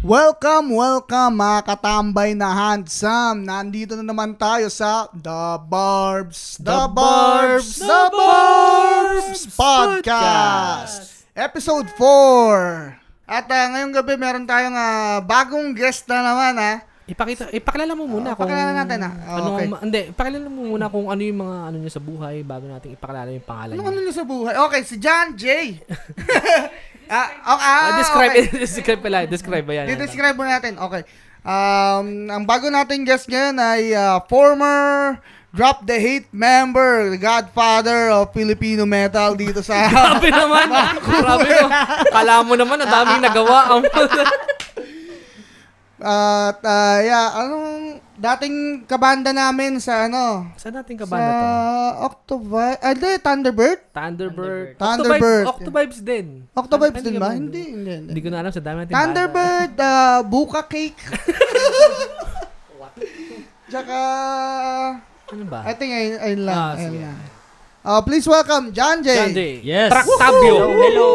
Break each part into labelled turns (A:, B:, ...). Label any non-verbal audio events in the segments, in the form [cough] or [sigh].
A: Welcome, welcome mga katambay na handsome. Nandito na naman tayo sa The Barbs, The, Barbs, The Barbs Podcast. Episode 4. At ah, ngayong gabi meron tayong ah, bagong guest na naman ah. ha.
B: Ipakita, ipakilala mo muna
A: Oh,
B: kung...
A: pakilala natin ah. Oh,
B: ano,
A: okay.
B: ang ma- hindi, ipakilala mo muna kung ano yung mga ano niya sa buhay bago natin ipakilala yung pangalan
A: Ano
B: niya.
A: ano niya sa buhay? Okay, si John J. [laughs] ah, okay, ah,
B: Ah, describe,
A: okay.
B: [laughs] describe pala, describe ba yan?
A: Didescribe mo natin. Okay. Um, ang bago nating guest ngayon ay uh, former Drop the Hate member, the godfather of Filipino metal dito
B: [laughs]
A: sa...
B: Grabe naman. ah.
A: [laughs]
B: Grabe naman. Kala mo naman, ang
A: Ah,
B: daming nagawa. [laughs]
A: At, uh, yeah, anong dating kabanda namin sa ano?
B: Saan natin
A: Sa
B: kabanda to?
A: Octovi... Ah, hindi, Thunderbird?
B: Thunderbird.
A: Thunderbird.
B: Octobibes, Octobibes din.
A: Octovibes
B: Ano-
A: din
B: ano
A: ba?
B: yun?
A: Hindi, hindi, hindi.
B: Hindi ko na alam sa dami natin.
A: Thunderbird, uh, Buka
B: [laughs]
A: Cake. Tsaka...
B: banda. Ano ba?
A: I think ayun, ayun lang.
B: Ah,
A: ayun
B: sige.
A: lang. Uh, please welcome John J.
B: Sunday.
C: Yes.
B: Tractabio.
C: Hello.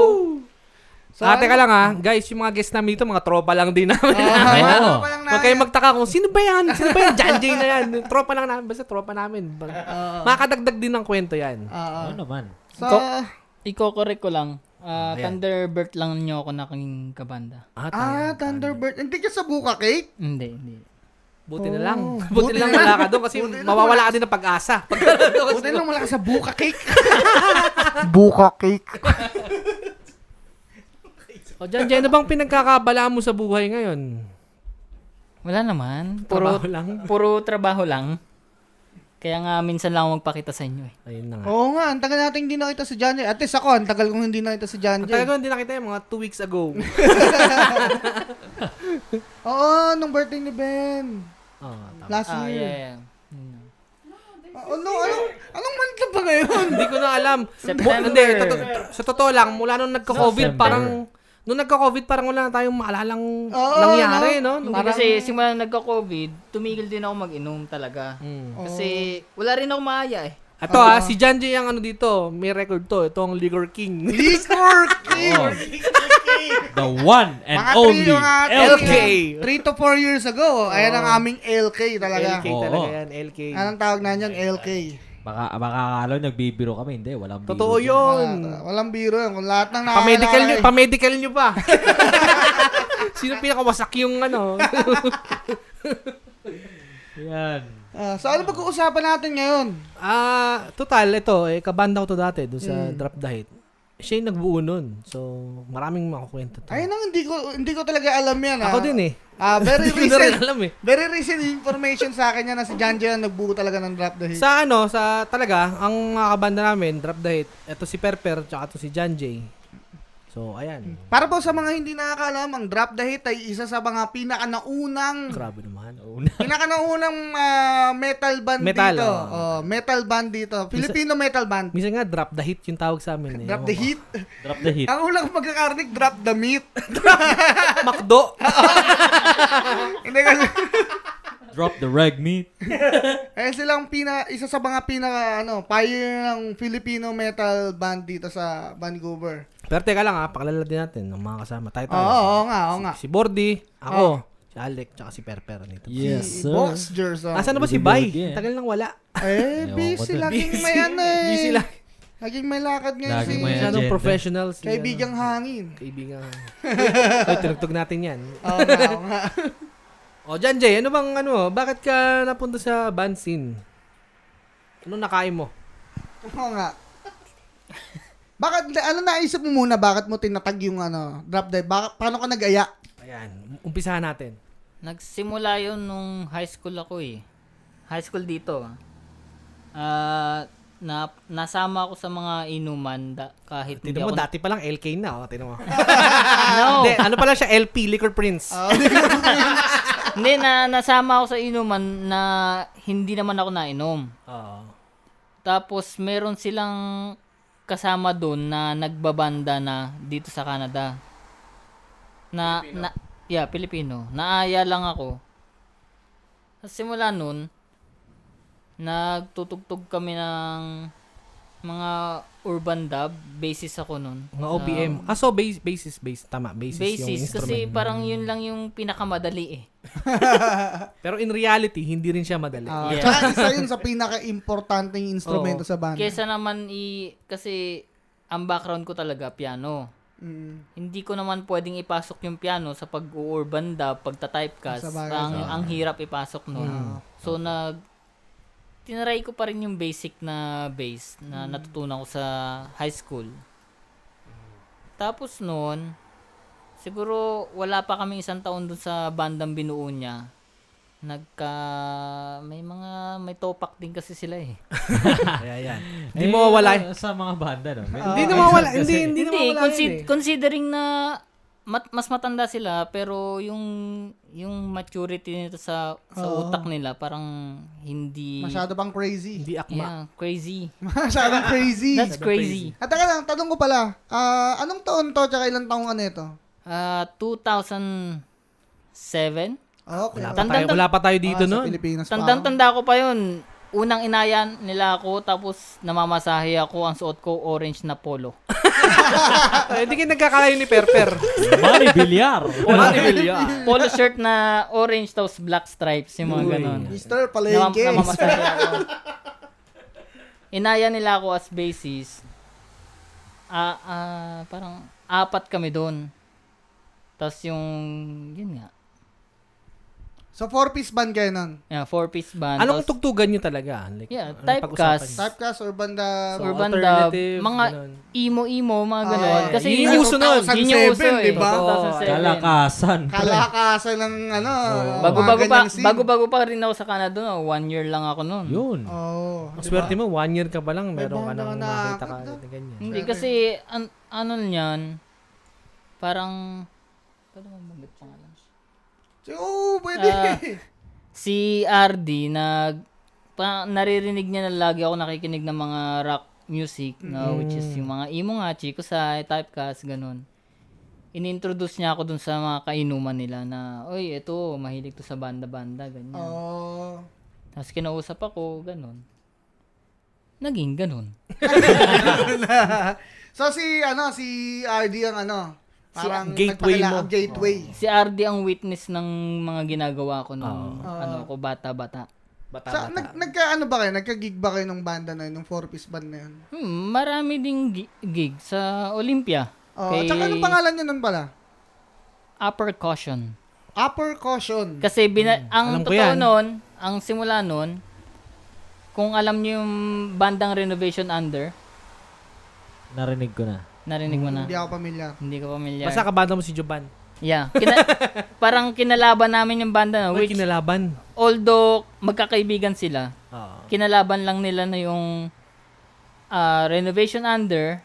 A: So,
B: ah, teka
A: ano-
B: lang ah. Guys, yung mga guests namin dito, mga tropa lang din namin.
A: Ah,
C: Ayan.
A: ano
C: Oo.
A: pa lang
B: Huwag kayong
A: namin?
B: magtaka kung sino ba yan? Sino ba yan? John J na yan. Tropa lang namin. Basta tropa namin. Bag-
A: Oo.
B: Makakadagdag din ng kwento yan.
A: Oo.
C: Ano naman?
A: Ah, So,
D: Ko- Iko-correct ko lang. Ah,
B: Oh, Ayan.
D: Thunderbird lang niyo ako naging kabanda.
B: Ah,
A: ah, Thunderbird. Hindi ka sa Buka Cake?
D: Hindi, hindi.
B: Buti na lang.
A: Oh.
B: Buti na lang wala ka doon kasi mawawala ka din ng pag-asa. [laughs] Pag-
A: Buti lang wala ka sa Buka [laughs] Cake. Buka Cake.
B: o John J, ano bang pinagkakabalaan mo sa buhay ngayon?
D: Wala naman.
B: Puro
D: Puro,
B: lang.
D: puro trabaho lang. Kaya nga minsan lang ako magpakita sa inyo eh.
B: Ayun na nga.
A: Oo nga, ang tagal natin hindi nakita si John J. At least ako, ang tagal kong hindi nakita si John
B: Ang tagal ko
A: J.
B: hindi nakita yung mga two weeks [laughs] ago.
A: Oo, nung birthday ni Ben.
B: Ah, tama.
A: Last
D: Ah,
A: year.
D: yeah, yeah. Yun na.
A: Oh, no, anong, anong month na ba ngayon?
B: Hindi ko na alam.
D: September.
B: Bu- Hindi, toto- sa totoo lang, mula nung nagka-COVID,
C: September.
B: parang, nung nagka-COVID, parang wala na tayong maalalang
A: Oo,
B: nangyari, no?
D: Hindi kasi simula nang nagka-COVID, tumigil din ako mag-inom talaga.
B: Mm.
D: Kasi wala rin ako maaya eh.
B: Ito ah, si John J ang ano dito, may record to. Ito ang Liquor
A: [laughs]
B: King.
A: Liquor King!
C: Oh. The one and
A: Mga
C: only
A: three, mga
B: LK.
C: LK.
A: 3 to 4 years ago, ayan
B: Oh.
A: ang aming LK talaga.
B: LK talaga
C: Oo.
B: yan, LK.
A: Anong tawag na niyan? LK.
C: Baka, baka akala nagbibiro kami. Hindi, walang biro.
B: Totoo
C: dyan.
B: yun.
A: Ah, walang biro yun. Kung lahat ng
B: Pa-medical nyo,
A: eh.
B: pa-medical nyo pa. [laughs] Sino pinakawasak yung
A: [laughs]
B: ano?
C: Yan.
A: Ah, so ano pag-uusapan natin ngayon?
B: Ah, total, ito, eh, kabanda ko to dati, doon
A: Hmm.
B: sa Drop the Hate. Siya yung nagbuo nun. So, maraming makukwento to.
A: Ayun ang hindi ko hindi ko talaga alam yan. ah.
B: Ako din eh.
A: Ah, very
B: [laughs] Hindi ko na rin
A: recent.
B: alam eh.
A: Very recent information sa akin yan na si John Jay ang nagbuo talaga ng drop the hit.
B: Sa ano, sa talaga, ang mga kabanda namin, Drop the Hate, ito si Perper, tsaka ito si John J. So, ayan.
A: Para po sa mga hindi nakakaalam, ang drop the hit ay isa sa mga pinakanaunang
B: Grabe naman.
C: Una.
A: pinakanaunang ah, metal band
B: Metal,
A: dito.
B: oh.
A: Oh, metal band dito. Filipino metal band.
B: Minsan nga, drop the hit yung tawag sa amin. Eh.
A: Drop the hit.
C: Drop the
B: [laughs]
C: hit.
A: Ang ulang magkakarinig, drop the meat.
B: Makdo.
A: Hindi kasi,
C: Drop the rag meat.
A: Eh silang pina isa sa mga pinaka ano, pioneer ng Filipino metal band dito sa Vancouver.
B: Pero teka lang ha, pakilala din natin ng mga kasama. Tayo
A: Oo,
B: tayo.
A: oo nga, oo nga.
B: Si Bordy, ako, si Alec, tsaka si Perper. Nito.
C: Yes,
A: si
C: sir.
A: Box Jerson.
B: Asan na ba si
C: Busy
B: Bay?
C: Bordy, eh.
B: Tagal nang wala.
A: Eh,
C: Ewan
A: busy
C: ko dun.
A: laging may ano eh.
B: Busy lang.
A: Laging may lakad ngayon
C: Laging
A: si
C: may
B: Masyadong
C: agenda.
B: professional. Si,
A: kaibigang
B: ano,
A: hangin.
B: Kaibigang Ay, tinugtog natin yan.
A: Oo nga, oo nga. [laughs]
B: O, John Jay, ano bang ano, bakit ka napunta sa band scene? Ano nakain mo?
A: Oo nga. Bakit, ano naisip mo muna, bakit mo tinatag yung ano, drop dive? Bakit, paano ka nag-aya?
B: Ayan, umpisahan natin.
D: Nagsimula yun nung high school ako eh. High school dito. Ah, na, nasama ako sa mga inuman da, kahit hindi
B: Tignan mo,
D: ako
B: dati pa lang LK na. O, tignan mo.
A: Oh.
B: [laughs]
D: no.
B: Hindi, ano pala siya, LP, Liquor Prince.
D: hindi na nasama ako sa inuman na hindi naman ako nainom.
B: Oo.
D: Tapos meron silang kasama doon na nagbabanda na dito sa Canada. Na, na yeah, Pilipino. Naaya lang ako. Sa simula noon, nagtutugtog kami ng mga urban dub, basis ako nun.
B: Mga OPM.
D: Sa-
B: Ah, so base, basis, base. Tama, basis, yung
D: basis,
B: instrument.
D: kasi parang yun lang yung pinakamadali eh.
B: Pero in reality, hindi rin siya madali. [laughs]
A: Ah,
D: Yeah.
A: tsaka isa yun sa pinaka-importanting instrumento
B: Oo.
A: sa banda.
D: Kesa naman i kasi ang background ko talaga piano.
A: Mm.
D: Hindi ko naman pwedeng ipasok yung piano sa pag-urban dub, pagta-typecast.
A: Sa bagay, Ah,
D: Ang,
A: sa bagay.
D: ang hirap ipasok nun. So, nag tinaray ko pa rin yung basic na bass na
A: Hmm.
D: natutunan ko sa high school. Tapos noon, siguro wala pa kami isang taon dun sa bandang binuo niya. Nagka... May mga... May topak din kasi sila eh.
B: Kaya yan. Hindi mo mawawala.
C: Eh,
B: Ah.
C: Sa mga banda, no? May-
B: Hindi nawawala. Hindi, hindi
D: Hindi,
B: nawawala.
D: consi-
B: yun eh.
D: considering na mat- mas matanda sila pero yung yung maturity nito sa sa utak nila parang hindi
A: Masyado pang crazy.
B: Hindi akma.
D: yeah, crazy.
A: [laughs] Masyadong crazy.
D: That's crazy.
A: At teka lang, tanong ko pala, ah, anong taon to tsaka ilang taong ano ito?
D: Ah, 2007.
A: Okay.
B: Wala
A: Ah,
B: pa tayo,
D: Tandang-
B: wala pa tayo dito
A: sa
B: nun.
A: Pilipinas pa. ako.
D: Tandang-tanda ko pa 'yun. Unang inayan nila ako tapos namamasahe ako ang suot ko orange na polo.
B: Eh, Hindi kayo nagkakalayo ni Perper.
C: Manny
B: [laughs]
C: Villar.
B: Mati Villar. [laughs]
D: polo shirt na orange tapos black stripes yung mga
B: Uy.
D: ganon.
A: Mr.
D: Namam-
A: Palengke.
D: namamasahe ako. Inaya nila ako as basis. Ah, ah, parang apat kami doon. Tapos yung, yun nga,
A: [laughs] so, four-piece band kayo nun?
D: yeah, four-piece band.
B: Anong
D: Tapos,
B: tugtugan nyo talaga? Like,
D: Yeah,
B: anong
D: typecast.
B: pag-usapan nyo?
A: Typecast or ah, banda?
B: So,
D: urban dub,
B: alternative,
D: mga
B: ganun.
D: emo-emo, mga ganon.
A: Ah,
D: Kasi
B: yun
D: yun
B: yung
D: yung
B: uso nun.
D: Yun yung uso
A: 2007,
D: eh.
A: di ba?
B: Totoo.
D: 2007.
C: Kalakasan.
A: Kalakasan ng ano. mga
D: Bago-bago pa,
A: ganyang scene.
D: bago-bago pa rin ako sa Canada. no? One year lang ako noon.
C: Yun.
A: Oo.
B: Ang swerte mo, one year ka pa lang, meron ka
A: banda
B: nang
A: ka na.
B: makita ka
A: Ganda.
B: na ganyan.
D: Hindi, kasi an- ano niyan, parang, paano mabanggit pangalan?
A: Oo, pwede.
D: Ah. si RD nag pa, naririnig niya na lagi ako nakikinig ng mga rock music na which is
A: Mm.
D: yung mga emo nga, Chico sa typecast, ganun. Inintroduce niya ako dun sa mga kainuman nila na, oy, eto, mahilig to sa
B: Ah.
D: banda-banda, ganyan.
A: [laughs] Oh. Oo.
D: Tapos kinausap ako, ganun. Naging ganun.
A: So si ano si RD ang ano parang
B: gateway
A: nagpakila-
B: mo.
A: ang gateway.
D: Si RD ang witness ng mga ginagawa ko nung
A: Oo.
D: ano ko, bata-bata.
B: Bata,
A: Sa nag, nagka ano ba kayo? Nagka-gig ba kayo nung banda na yun, nung four piece band na yun?
D: Hmm, marami ding gi- gig sa Olympia.
A: Oh,
D: kay
A: tsaka anong pangalan niyo nun pala?
D: Upper Caution.
A: Upper Caution.
D: Kasi bina- ang
B: Hmm, Alam ko
D: totoo
B: yan.
D: nun, ang simula nun, kung alam niyo yung bandang Renovation Under,
C: Narinig ko na.
D: narinig mo na.
A: Hindi ako pamilyar.
D: Hindi ka familiar.
B: Hmm, Basta kabanda mo si Joban.
D: yeah. Kina-
B: [laughs]
D: parang kinalaban namin yung banda na,
B: Uy,
D: which
B: kinalaban.
D: although magkakaibigan sila,
B: Oo.
D: kinalaban lang nila na yung ah, Renovation Under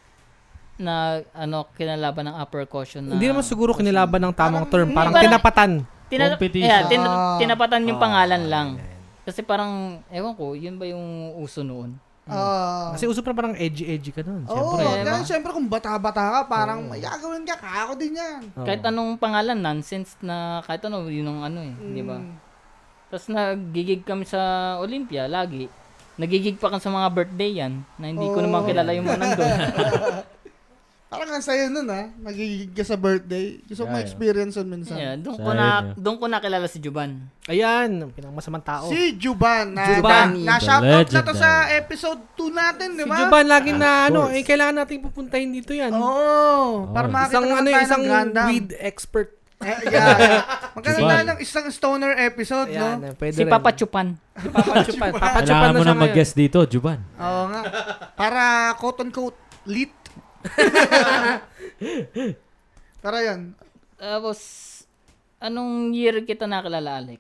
D: na ano kinalaban ng upper caution na
B: Hindi naman siguro kinalaban ng tamang term. Parang
D: parang-
B: tinapatan.
D: Tina-
C: Competition.
D: yeah, tin-
A: Ah.
D: tinapatan yung pangalan
B: Ah,
D: lang. Kasi parang, ewan ko, yun ba yung uso noon?
A: Ah.
B: Kasi uso pa parang edgy-edgy ka nun.
A: Oo,
B: Siyempre.
A: oh, dahil syempre kung bata-bata ka, parang may gagawin ka, kako din yan.
B: Oo.
D: Kahit
C: Oh.
D: anong pangalan, nonsense na kahit ano, yun ang ano eh, di ba?
B: Mm.
A: Hmm.
D: Tapos nagigig kami sa Olympia, lagi. Nagigig pa kami sa mga birthday yan, na hindi ko naman kilala yung mga
B: [laughs]
D: nandun. [laughs]
A: Parang ang saya nun ha, magigig ka sa birthday. Gusto ko
C: Yeah,
A: ma-experience yun minsan.
D: yeah, doon ko
C: Sayang
D: na,
C: yun.
D: doon ko nakilala si Juban.
B: Ayan, ang pinakamasamang tao. Si,
A: Si Juban, na,
D: Juban.
A: na, na shoutout na to
C: Legendary.
A: sa
B: eh.
A: episode 2 natin, di ba?
B: Juban lagi na ano, eh,
C: course.
B: kailangan nating pupuntahin dito yan.
A: Diba? Oo, para
C: Oo.
A: makita
B: Oh, Isang
A: naman
B: ano,
A: tayo
B: isang
A: ng Gundam.
B: weed expert.
A: Eh, yeah, yeah.
B: [laughs]
A: Magkaroon
C: Juban.
A: tayo ng isang stoner episode,
B: Ayan,
A: no?
B: eh, pwede
D: Si
B: rin.
D: Papa Chupan.
B: Si Papa Chupan. Papa Chupan
C: Kailangan
B: na
C: mo
B: siya
C: na
B: ngayon.
C: mag-guest dito, Juban.
A: Oo nga. Para quote-unquote [laughs] lit. Pero yun,
D: Tapos, anong year kita nakilala, Alec?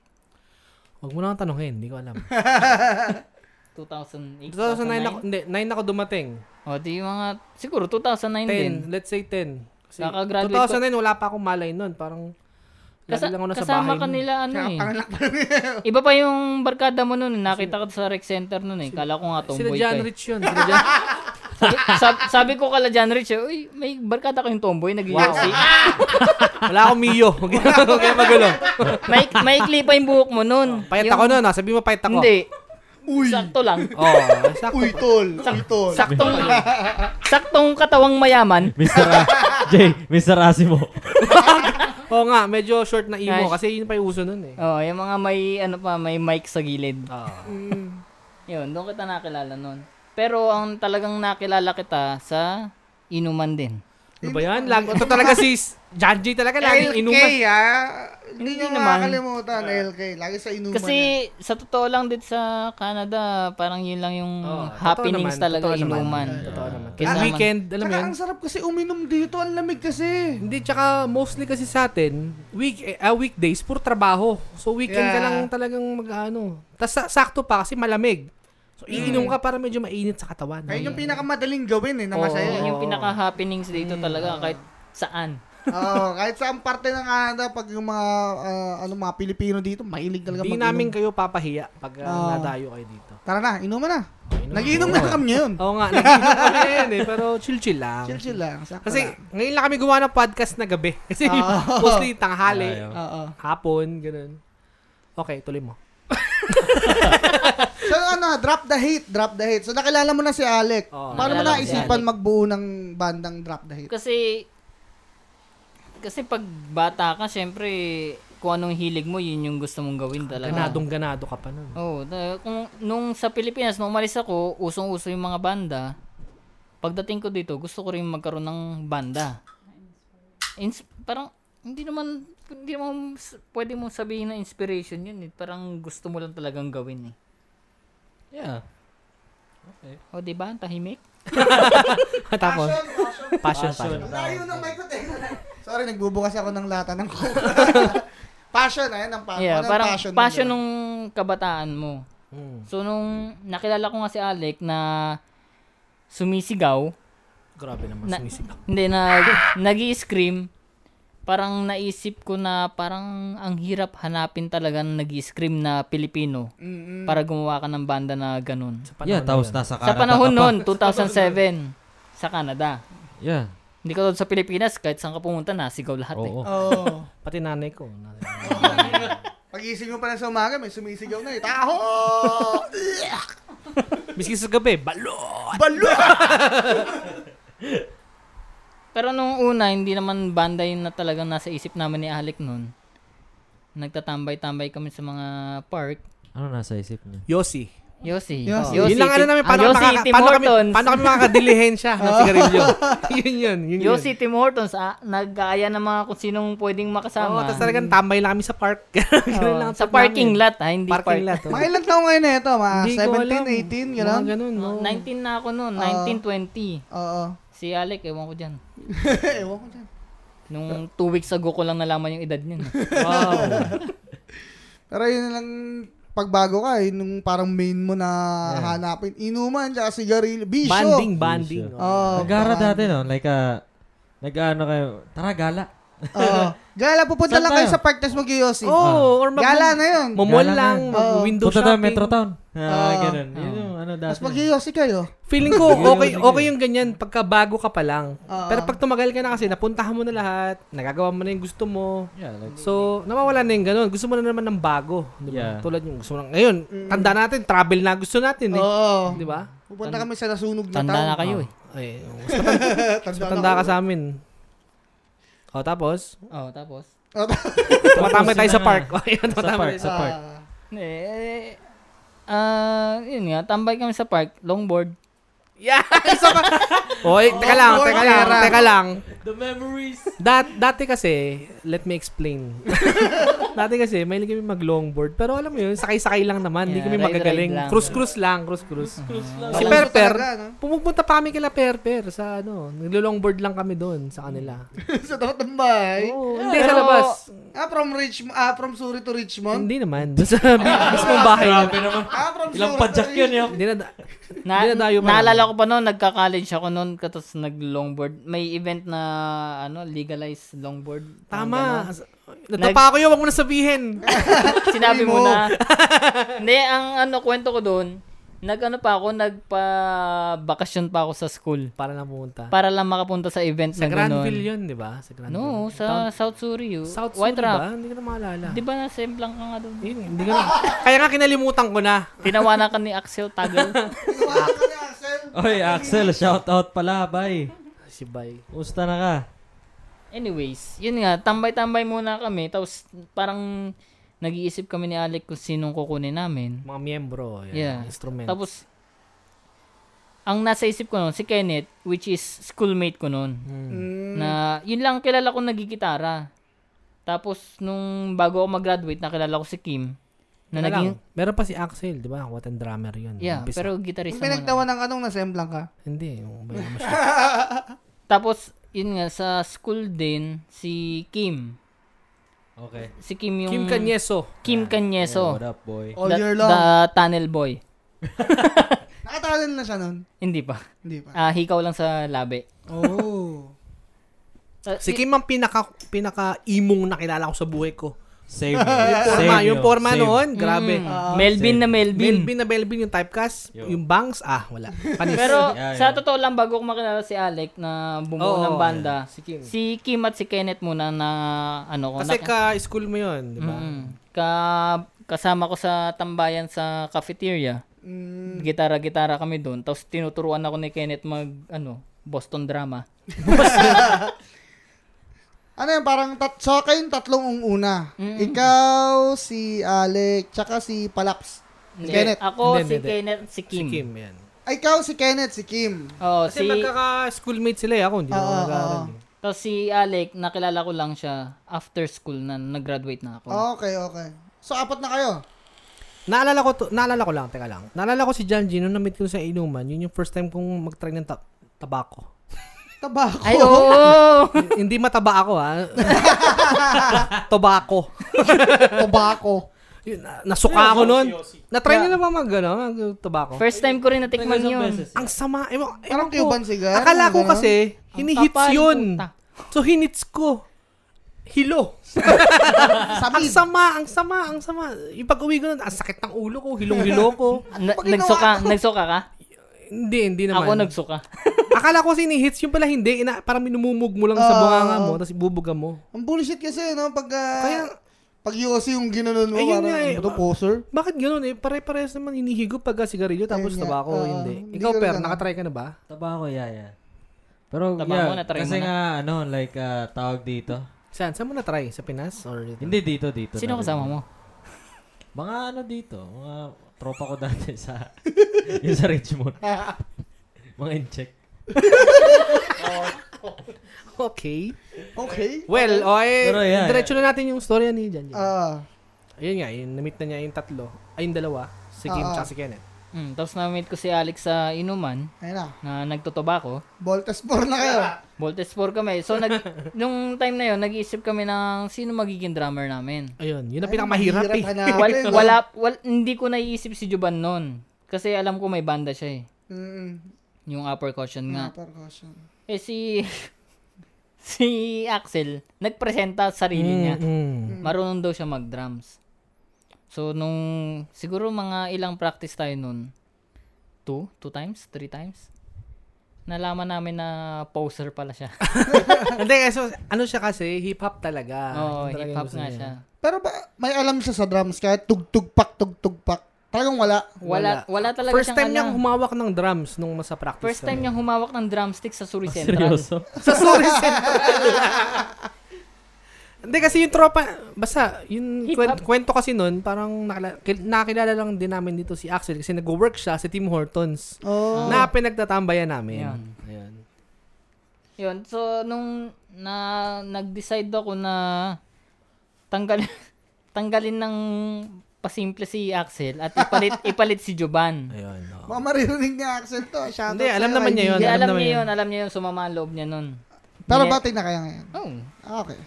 B: Huwag mo na akong tanongin, hindi ko
D: [laughs]
B: alam.
D: 2008,
B: 2009 ako,
D: 2009?
B: hindi, 9 ako dumating.
D: O, Oh, di yung mga, siguro 2009 din.
B: 10, let's say 10. Kasi
D: Kakagraduate
B: 2009, wala pa akong malay nun. Parang, lagi
D: Kasa-
B: lang ako na sa bahay.
D: kasama
B: nun.
D: kanila ano
A: kaya
D: eh.
A: pangalak pa
D: Iba pa yung barkada mo noon, eh. nakita ko sa rec center noon eh. Kala ko nga
B: Sila
D: tomboy
B: John
D: ka. Eh.
B: Rich yun. Sila John.
D: Sabi, [laughs] sab- sabi ko kala John Rich, eh, uy, may barkada kayong tomboy nag
B: Wow.
D: UFC.
B: wala akong Mio. [laughs] Huwag huwag kayo magulo.
D: may maikli pa yung buhok mo
B: Oh,
D: noon.
B: Payat
D: Yung-
B: ako nun. ah. Sabi mo, payat ako.
D: Hindi.
A: Uy.
D: Sakto
B: [laughs]
D: lang.
B: Oo, sakto.
A: Uy, tol. Uy, tol.
D: Saktong, saktong katawang mayaman.
C: Mr. A- [laughs] Jay, Mr. Asimo.
B: Oo nga, medyo short na emo
D: Nice.
B: kasi yun pa yung uso nun eh.
D: Oh, yung mga may ano pa, may mic sa gilid.
B: Oo.
D: Yun, doon kita nakilala noon. Pero ang talagang nakilala kita sa inuman din.
B: Ano ba yan? Lag, ito talaga si Janji talaga laging
A: LK,
B: inuman.
A: ha? ah. Hindi nyo
D: Hindi naman.
A: makakalimutan, LK. Lagi sa inuman. yan.
D: Kasi sa totoo lang dito sa Canada, parang yun lang yung
B: Oo, Oh, totoo
D: happenings
B: naman,
D: talaga
B: totoo naman.
D: inuman.
B: Totoo naman.
D: Kaya
B: Kaya
D: naman-
B: weekend, alam mo
A: Tsaka
B: yun.
A: ang sarap kasi uminom dito. Ang lamig kasi.
B: Hindi, tsaka mostly kasi sa atin, week, eh, ah, weekdays, puro trabaho. So weekend ka
A: Yeah.
B: lang talagang mag-ano. Tapos sa- sakto pa kasi malamig. So iinom ka para medyo mainit sa katawan.
A: Kaya Mm. yung pinakamadaling gawin eh, na
B: Oo.
D: Yun
A: masaya. Mm.
D: yung pinaka-happenings dito talaga kahit saan.
A: Oo, kahit saan parte ng Canada, pag yung mga, ah, ano, mga Pilipino dito, mahilig talaga
B: Hindi
A: mag-inom.
B: namin kayo papahiya pag ah,
A: Oo.
B: nadayo kayo dito.
A: Tara na, inuman na. Oh. Nagiinom na kami ngayon.
B: Oo nga, nag-inom kami
A: [laughs]
B: ngayon eh, pero chill-chill lang.
A: Chill chill lang. Sakto
B: Kasi
A: lang.
B: ngayon lang kami gumawa ng podcast na gabi. [laughs] Kasi
A: Oo.
B: mostly tanghali,
C: Ayaw.
A: Oo.
B: hapon, ganun. Okay, tuloy mo.
A: So ano, drop the hate, drop the hate. So nakilala mo na si Alec.
B: Oo,
A: Paano mo
D: nakilala ko si
A: naisipan
D: Alec.
A: magbuo ng bandang drop the hate?
D: Kasi kasi pag bata ka, syempre kung anong hilig mo, yun yung gusto mong gawin talaga.
B: Ganadong ganado ka pa nun. [laughs]
D: Oh, kung nung sa Pilipinas, nung umalis ako, usong-uso yung mga banda. Pagdating ko dito, gusto ko rin magkaroon ng banda. Ins- parang hindi naman hindi naman s- pwede mong sabihin na inspiration yun eh. Parang gusto mo lang talagang gawin eh.
C: Yeah.
D: O, di ba? Ang Tahimik.
B: Tapos, passion, passion.
A: Layo ng mic ko, teka. Sorry, nagbubukas ako ng lata
D: [laughs]
A: ng [laughs] coke. passion, ayan ang passion.
D: Yeah,
A: Ano ang
D: parang
A: passion,
D: passion, nung kabataan mo.
B: Mm.
D: So, nung nakilala ko nga si Alec na sumisigaw,
B: Grabe naman,
D: Na-
B: sumisigaw.
D: Hindi, na, nag scream Parang naisip ko na parang ang hirap hanapin talaga ng nag scream na Pilipino
A: Mm-mm.
D: para gumawa ka ng banda na ganun.
B: Sa
C: Yeah,
B: panahon
C: tapos
B: na yun.
C: nasa
D: Sa
C: Canada ka
D: panahon
B: [laughs]
C: pa.
D: noon, 2007, sa Canada.
C: Yeah.
D: Hindi ka sa Pilipinas, kahit saan ka pumunta, nasigaw lahat eh.
C: Oo.
A: Oo.
B: Pati nanay ko. nasa-
A: Pag-ising mo pa lang sa umaga, may sumisigaw na eh. Taho!
B: Miski sa gabi, balot!
A: [laughs] Balo!
D: Pero nung una, hindi naman banda yun na talagang nasa isip namin ni Alec noon. Nagtatambay-tambay kami sa mga park.
B: Oh.
C: Ano nasa isip niyo?
B: Yosi.
D: Yossi.
A: Yossi.
B: Yun lang ano namin,
D: Tim-
B: paano,
D: ah, Yossi,
B: makaka,
D: Tim
B: paano kami,
D: Hortons.
B: paano kami makakadilihensya ng sigarilyo. [laughs] yun yun, yun yun.
D: Yossi, Tim Hortons, ah, nag-aaya ng mga kung sinong pwedeng
B: Oo,
D: makasama.
B: tapos talagang tambay lang kami sa park. [laughs] Ganun
D: Oo,
B: lang ang
D: Oh. sa
B: tag
D: parking
B: namin.
D: lot, ha, hindi
B: Parking
D: park.
B: lot. oh.
A: Mga ilang taong ngayon na ito? Mga
B: Hindi ko alam.
A: 17, 18,
B: Mga
A: gano'n?
B: ganun.
D: No,
B: oo.
D: 19 na ako noon,
A: Oo.
D: 1920.
A: Oo.
D: Si Alec, ewan ko
B: [laughs]
D: dyan.
A: Ewan ko dyan.
D: Nung two weeks ago ko lang nalaman yung
B: [laughs]
D: edad niyan.
B: Wow.
A: Pero yun lang pagbago ka eh, nung parang main mo na hanapin. Inuman, tsaka sigarilyo. Bisyo!
B: banding, banding.
C: Bisyo.
B: oo.
A: Oo.
C: Nagara dati no, like a nag-ano kayo, tara gala.
A: Oo. oh. Gala, pupunta
C: Saan
A: lang kayo
C: tayo?
A: sa park, tas mag-iossi.
B: Oo, or Oh, mag-
A: Gala na yun.
B: Momol
C: Gala na
B: lang,
C: yun.
B: mag- window
C: Punta tayo
B: shopping.
C: Metro Town.
A: Oo.
C: Ah, ganun. Yun yung ano dati.
A: Tapos mag-iossi kayo.
B: Feeling ko
C: Yun,
B: okay
C: yun,
B: okay yung ganyan pagka bago ka pa lang.
A: Oo.
B: Pero pag tumagal ka na kasi napuntahan mo na lahat, nagagawa mo na yung gusto mo.
C: Yeah, like
B: So, nawawala na yung ganun. Gusto mo na naman ng bago. Di ba?
C: Yeah.
B: Tulad yung gusto mo na. Ngayon, tanda natin, travel na gusto natin. Eh.
A: Mm. Oo.
B: Di ba? Oh.
A: Pupunta kami sa nasunog na
D: Tanda na
A: town.
D: kayo eh.
B: Ay,
A: [laughs] Tanda
B: tanda ka sa amin. O, tapos,
D: Oh, tapos?
B: tumatambay tayo
C: yun
B: sa
C: na nga.
B: park. [laughs] O, yun,
C: sa
B: tumatambay
C: park,
B: tayo
A: Ah.
C: sa
B: sa
A: [laughs]
C: park.
D: Eh, ah, yun nga, tambay kami sa park, longboard.
B: Yeah! Isa pa. Oy, teka lang,
A: Oh,
B: teka lang,
A: era.
B: teka lang.
C: The memories.
B: Dat, dati kasi, let me
D: [laughs]
B: explain. dati kasi, may kami mag-longboard. Pero alam mo yun, sakay-sakay lang naman. Hindi
D: Yeah,
B: kami
D: ride-ride
B: magagaling.
D: lang. Mm-hmm.
B: Cruise-cruise lang, cruise-cruise. Si
A: Walang
B: Perper,
A: talaga, no? [laughs]
B: pumupunta pa kami kila Perper sa ano, naglo-longboard lang kami doon sa kanila.
A: sa tapat ng bahay.
B: Oo, hindi sa
D: Pero-
B: labas.
A: Ah, from Rich ah, from Suri to Richmond?
B: Hindi naman. [laughs] Doon sa mismong bahay.
C: Grabe naman.
A: Ah, from
C: Ilang
A: Suri to
C: padyak yun eh. yun.
B: Hindi na,
D: Na,
B: Hindi na tayo pa.
D: naalala ko pa noon, nagka-college ako noon, tapos nag-longboard. May event na, ano, legalized longboard.
B: tama. Natapa ko yun, wag mo
D: [laughs]
B: na sabihin.
D: Sinabi mo
A: Mo.
B: [laughs]
D: na. Hindi, ang ano, kwento ko doon, Nag-ano pa ako, nagpa-bakasyon pa ako sa school
B: Para lang pumunta.
D: para lang makapunta sa event
B: sa
D: na
B: Grandville
D: ganun.
B: yun, di ba? Sa Grandville.
D: No, sa South Surrey. oh.
B: South White
D: White Rock.
B: ba? Hindi ko na maalala.
D: Di ba nasa Implang ka nga doon?
B: Yun, hindi ko na. Kaya nga kinalimutan ko na.
D: Tinawanan ka ni Axel
B: [laughs]
D: Tagal.
A: Wala ka na, Axel.
C: Oy, Axel, shout out pala, bay.
B: Si Bay.
C: Kumusta na ka?
D: Anyways, yun nga, tambay-tambay muna kami. Tapos parang nag-iisip kami ni Alec kung sinong kukunin namin.
B: Mga miyembro. Yan,
D: Yeah.
B: Instrument.
D: Tapos, ang nasa isip ko noon, si Kenneth, which is schoolmate ko noon.
A: Mm.
D: Na, yun lang kilala ko nagigitara. Tapos, nung bago ako mag-graduate, nakilala ko si Kim. Na
B: Wala
D: naging,
B: lang. Meron pa si Axel, di ba? What and drummer yun.
D: yeah,
B: Umpisa.
D: pero
A: Kung
D: gitarista muna.
A: pinagtawa ng anong nasemblang ka?
B: Hindi. yung may mas-
D: Tapos, yun nga, sa school din, si Kim.
C: Okay.
D: Si Kim yung...
B: Kim Canyeso.
D: Kim Canyeso.
C: What up, boy?
A: All
D: the,
A: year long.
D: the tunnel boy.
A: Nakatalan na siya nun.
D: Hindi pa.
A: Hindi pa.
D: Ah, hikaw lang sa labi.
A: Oh.
D: Ah,
B: Si
D: i-
B: Kim ang pinaka, pinaka-imong nakilala ko sa buhay ko.
C: Save you. Save
B: Forma, yung
C: you.
B: forma
C: Save.
B: noon, grabe. Ah,
D: Mm,
A: ah.
D: Melvin na Melvin.
B: Melvin na Melvin yung typecast.
C: Yo.
B: Yung bangs, ah, wala.
D: [laughs]
B: Panis.
D: Pero
C: Yeah,
D: sa
C: yeah.
D: totoo lang, bago ko makilala si Alec na bumuo
B: Oo,
D: ng banda,
B: yeah. Si Kim.
D: si Kim at si Kenneth muna na ano ko.
B: Kasi Diba?
D: na-
B: ka-school mo yun, di ba?
D: Mm, ka, kasama ko sa tambayan sa cafeteria.
A: Mm.
D: Gitara-gitara kami doon. Tapos tinuturuan ako ni Kenneth mag ano, Boston drama.
A: Ano yun, parang tat so kayong tatlong ang una. Ikaw, si Alec, tsaka si Palaps. Si
D: Hindi, Ah.
A: Kenneth.
D: Ako,
B: Hindi,
D: si
B: hindi, hindi.
D: Kenneth, si
B: Si
D: Kim.
B: Kim, yan.
A: Ay, ikaw, si Kenneth, si Kim.
D: Oo,
B: Kasi
D: si,
B: magkaka-schoolmate sila eh. Ako,
A: Oo,
B: hindi ako nag-aaral.
A: oo.
B: eh.
D: tapos si Alec, nakilala ko lang siya after school na nag-graduate na ako.
A: Ah, Okay, okay. So, apat na kayo.
B: Naalala ko, to, naalala ko lang, teka lang. Naalala ko si John Gino, na-meet ko sa inuman. Yun yung first time kong mag-try ng ta- tabako. [laughs]
A: Tabako.
D: Ay,
A: [laughs]
D: oo!
B: H- hindi mataba ako, ha? [laughs] tobacco.
A: Tobacco.
B: Yun, na- nasuka ako nun. Na-try nyo na ba mag, ano, mag tobacco?
D: [laughs] First time ko rin natikman
C: Isang
D: yun.
C: beses.
B: Ang sama. Ewan, ewan
A: Parang
B: ko.
A: Cuban ano, cigar.
B: Akala ko
A: ganun.
B: kasi, hinihits
D: kapal,
B: yun.
D: puta.
B: So, hinits ko. Hilo. ang
A: Sabi,
B: sama, ang sama, ang sama. Yung pag-uwi ko nun, ang sakit ng ulo ko, hilong-hilo
D: [laughs]
B: ko.
D: Na-
A: Pag ginawa
D: nagsuka,
A: ko.
D: nagsuka ka?
B: hindi, hindi naman.
D: Ako nagsuka.
B: Akala ko sinihits yung pala hindi. Ina, parang minumumog mo lang sa
A: Oo.
B: bunganga mo, tapos ibubuga mo.
A: ang bullshit kasi, no? Pag, ah,
B: Kaya-
A: pag UOC yung ginanon mo,
B: Ayun
A: parang,
B: nga eh.
A: ano to, poser?
B: Bakit ganun eh? Pare-parehas naman hinihigop pagka sigarilyo tapos
A: Ayun nga,
B: tabako,
A: oo.
B: hindi.
A: Hindi
B: Ikaw,
A: ko rin
B: Per,
A: alam.
B: nakatry ka na ba?
C: Tabako, yeah, yeah. Pero,
D: Tabako,
C: yeah,
D: na-try mo
C: kasi
D: na.
C: nga, ano, like, ah, tawag dito.
B: Saan? Saan mo na-try? Sa Pinas? Or dito?
C: Hindi dito, dito. na
D: Sino
C: rin.
D: kasama mo?
C: Mga ano dito, mga tropa ko dati
B: [laughs]
C: sa, yung sa Richmond. mga incheck.
B: Okay.
A: Okay.
B: Well, o eh,
C: Pero yeah,
B: diretso na natin yung storya ni Jan. Jan.
A: Ah.
B: Ayun nga, yun, na-meet na niya yung tatlo. Ay, yung dalawa. Si Kim
A: Oo.
B: tsaka si Kenneth.
D: Mm, tapos na-meet ko si Alex sa inuman
A: ayun na.
D: na nagtotobako.
A: Voltes 4 na kayo.
D: Voltes 4 kami. So, nag, nung time na yon nag-iisip kami ng sino magiging drummer namin.
B: Ayun, yun ang
A: Ay,
B: pinakamahirap
A: mahirap
B: eh.
A: hanapin,
D: Wal,
A: Ah, no?
D: wala, wal, hindi ko naiisip si Juban noon. Kasi alam ko may banda siya eh.
A: Mm,
D: Yung upper caution
A: Hmm.
D: nga.
A: percussion.
D: Eh si... [laughs] si Axel, nagpresenta sa sarili
B: Hmm.
D: niya.
B: Mm-mm.
D: Marunong daw siya mag-drums. So, nung siguro mga ilang practice tayo nun, two, two times, three times, nalaman namin na poser pala siya.
B: [laughs] Hindi, so, ano siya kasi, hip-hop talaga. Ah,
D: [laughs] Oo,
B: Yun talaga yung
D: hip-hop
B: gusto
D: nga
B: niya.
D: siya.
A: Pero ba, may alam siya sa drums kaya tugtugpak, tugtugpak. Talagang wala.
D: Wala, wala talaga
B: First
D: siyang
B: time
D: ano,
B: niyang humawak ng drums nung mas sa practice.
D: First time
B: kami.
D: niyang humawak ng drumstick sa
B: Ah,
D: Suri Central.
C: Seryoso?
B: sa
A: [laughs]
B: Sorry Central. Hindi kasi yung tropa, basta, yung
D: Hip
B: kwen-
D: hop.
B: kwento kasi nun, parang nakala, kil- nakilala lang din namin dito si Axel kasi nag-work siya sa Team Hortons
A: Oh.
B: na pinagtatambayan namin.
D: Yan.
B: Ayan.
D: Yun, so nung na, nag-decide ako na tanggalin, [laughs] tanggalin ng pasimple si Axel at
B: [laughs]
D: ipalit, ipalit si Juban.
B: Ayan. oh.
A: Mga maririnig ni Axel to. Shoutout
B: Hindi, alam
A: sa'yo,
B: naman niya
A: kaibigan.
B: yun.
D: Hindi, alam
B: naman
D: niya
B: yun.
D: yun, alam niya yun, sumama ang loob niya nun.
A: Pero
D: Hindi.
A: batay na kaya ngayon. Ah,
D: Oh,
A: Okay.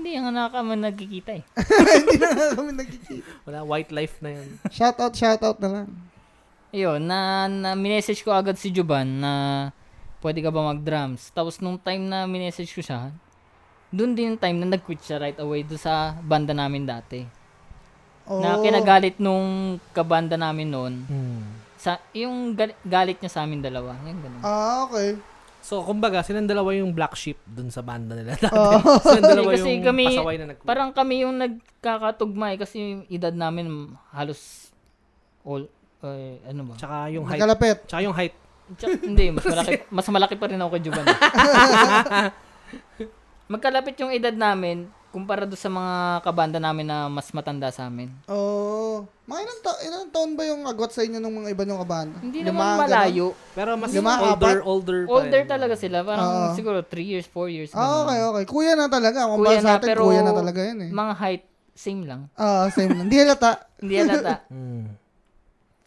D: Hindi nga na kami nagkikita eh.
A: [laughs] Hindi na lang kami nagkikita.
D: ah.
B: Wala, white life na yun.
A: Shoutout, shoutout na lang.
D: Ayun, na, na minessage ko agad si Juban na pwede ka ba mag-drums. Tapos nung time na minessage ko siya, doon din yung time na nag-quit siya right away do sa banda namin dati.
A: Oh. Hmm.
D: Na kinagalit nung kabanda namin noon sa yung gal- galit niya sa amin dalawa. Yung ganun.
A: Ah, okay.
B: So, kumbaga, silang dalawa yung black sheep dun sa banda nila [laughs] dati.
A: Ah.
B: silang dalawa
D: Hindi, kasi
B: yung
D: kami-
B: pasaway na nag...
D: Parang kami yung nagkakatugma eh, kasi yung edad namin halos all eh, ano ba?
B: Tsaka yung height.
A: Nagkalapit.
B: Tsaka yung height.
D: Tsaka- hindi, mas malaki, mas malaki pa rin ako kay Juban. Magkalapit yung edad namin kumpara do sa mga kabanda namin na mas matanda sa amin.
A: Oo. Oh. Mga ilang, ta- ilang taon ba yung agwat sa inyo ng mga iba nyong kabanda?
D: Hindi
A: Lima,
D: naman malayo.
B: Pero mas
A: Lima,
B: older,
A: apat?
B: older pa
D: Older
B: rin.
D: talaga sila. Parang
A: Oo.
D: siguro 3 years, 4 years.
A: ganun. Ah,
D: ganun.
A: okay, okay. Kuya na talaga. Kung
D: Kuya
A: para sa
D: na,
A: atin,
D: pero-
A: kuya na talaga yun eh.
D: Mga height, same lang.
A: Ah, same lang. Hindi halata.
D: Hindi halata.
B: Hmm.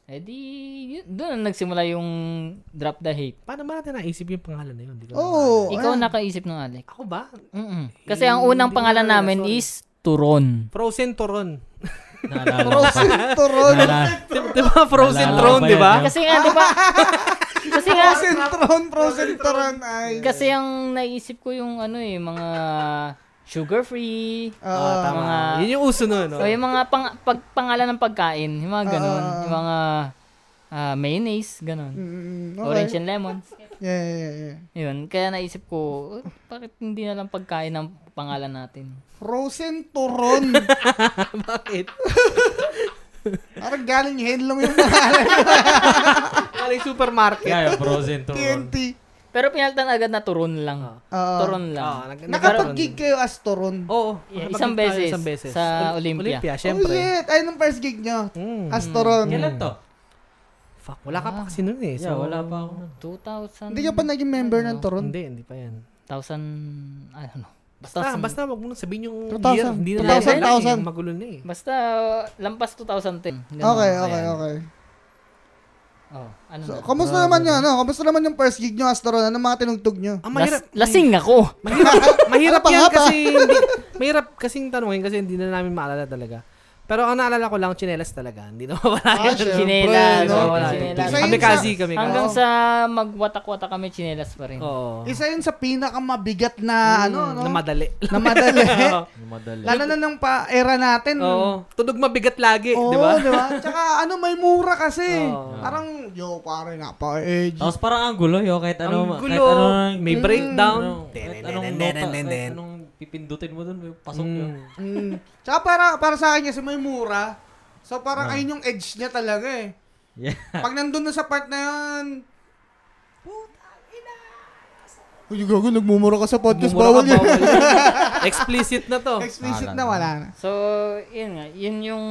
D: eh di, yun- doon ang nagsimula yung drop the hate.
B: Paano ba natin naisip yung pangalan na yun? Hindi ko
A: Oo.
D: Ikaw
A: Oh, ayan.
D: nakaisip ng Alec.
B: alam. Ako ba?
D: Mm-mm. Kasi ang unang
B: Hindi ko
D: pangalan
B: naalala,
D: namin
B: sorry.
D: is Turon.
B: Frozen Throne.
C: Naalala ko pa.
A: Sintron.
C: Naalala.
B: Di di ba? Frozen
C: Naalala
B: Throne,
C: ko ba
B: di
C: yan,
B: ba?
C: yung-
D: Ah, Kasi nga, di ba? kasi nga,
A: Sintron, pro Sintron. Ay.
D: kasi ang naisip ko yung ano eh, mga sugar free.
B: Ah,
A: Ah,
B: tama.
D: mga-
B: Yun yung uso nun, no?
D: O yung mga pang, pag, pangalan ng pagkain, yung mga ganun.
A: Ah.
D: yung mga ah, mayonnaise, ganun.
A: mm,
D: Orange
A: okay.
D: and lemon.
A: Yeah, yeah, yeah, yeah.
D: Yun, kaya naisip ko, "Oh, bakit hindi na lang pagkain ng pangalan natin?
A: Frozen Turon.
B: Bakit?
A: Parang galing headlong yung pangalan.
B: Kala yung supermarket.
C: Kaya, frozen to.
A: TNT.
D: Pero pinalitan agad na turon lang.
A: Oo.
D: Turon lang.
B: Ah, nag-
A: Nakapag-gig kayo as Turon.
B: Oo.
D: Yeah,
B: nakapag-gig
D: isang
B: tayo
D: beses sa
B: Ol-
D: Olympia.
B: Olympia,
A: Oh
B: syempre.
A: shit! Ay, nung first gig nyo.
B: Mm.
A: As Ah. Turon.
C: Kailan to?
B: Fuck, wala ka pa kasi nun eh.
C: Yeah,
B: So,
C: wala pa ako. nun.
D: 2,000...
A: Hindi ka pa naging member ng Turon.
B: Hindi, hindi pa yan.
D: 1,000... I don't know. Basta,
B: Basta,
D: basta,
B: basta wag mo nang sabihin yung
A: 2,000.
B: year. Hindi na
A: 2,000,
B: naalala eh.
A: 1,000.
B: Magulo na eh.
D: basta uh, lampas 2010. Ganun.
A: Okay, okay,
D: Ayan.
A: okay.
D: Oh, ano
A: So,
D: na?
A: kamusta naman yun? Ano? Kamusta naman yung first gig nyo as Turon? Anong mga tinugtog nyo?
B: [laughs] Ang Ah,
D: Las-
B: mahirap.
D: lasing ako.
B: Mahirap,
A: [laughs]
B: mahirap
A: Ano pa
B: yan
A: nga ba?
B: kasi hindi, mahirap kasing tanungin kasi hindi na namin maalala talaga. Pero ang naalala ko lang, chinelas talaga. Hindi na mawala.
A: Ah, syempre,
D: chinelas,
A: no?
B: Oo, wala.
D: Chinelas.
A: Isa yun
B: Kami
A: sa-
B: kasi, kami Oh. kasi.
D: Hanggang sa magwatak-watak kami, chinelas pa rin.
B: Oo.
A: Isa yun sa pinakamabigat na
B: ah,
A: ano, no?
B: Hmm. Na madali.
A: Na
B: [laughs]
A: madali.
C: Madali.
A: Lalo na nung pa era natin.
B: Oo. Tunog mabigat lagi,
A: Oo,
B: Hmm. di ba?
A: di ba? Tsaka ano, may mura kasi.
B: Oo.
A: Parang, yo, pare, napaka-edgy.
C: Tapos parang ang gulo, yo. Kahit
B: Ang
C: ano,
B: gulo,
C: kahit ano,
B: may breakdown.
C: Kahit anong nota, kahit anong pipindutin mo dun, may pasok yun.
B: Mm.
A: Mm. Tsaka para, para sa akin kasi may mura. So parang ayun yung edge niya talaga eh.
B: [laughs]
C: Yeah.
A: Pag nandun na sa part na yun, Uy, gago, nagmumura ka sa podcast,
B: Mumura
A: bawal
B: ka,
A: yun. [laughs]
B: [laughs] bawal. Explicit na to.
A: Explicit
C: Wala
A: na,
C: na.
A: wala na.
D: So, yun nga. Yun yung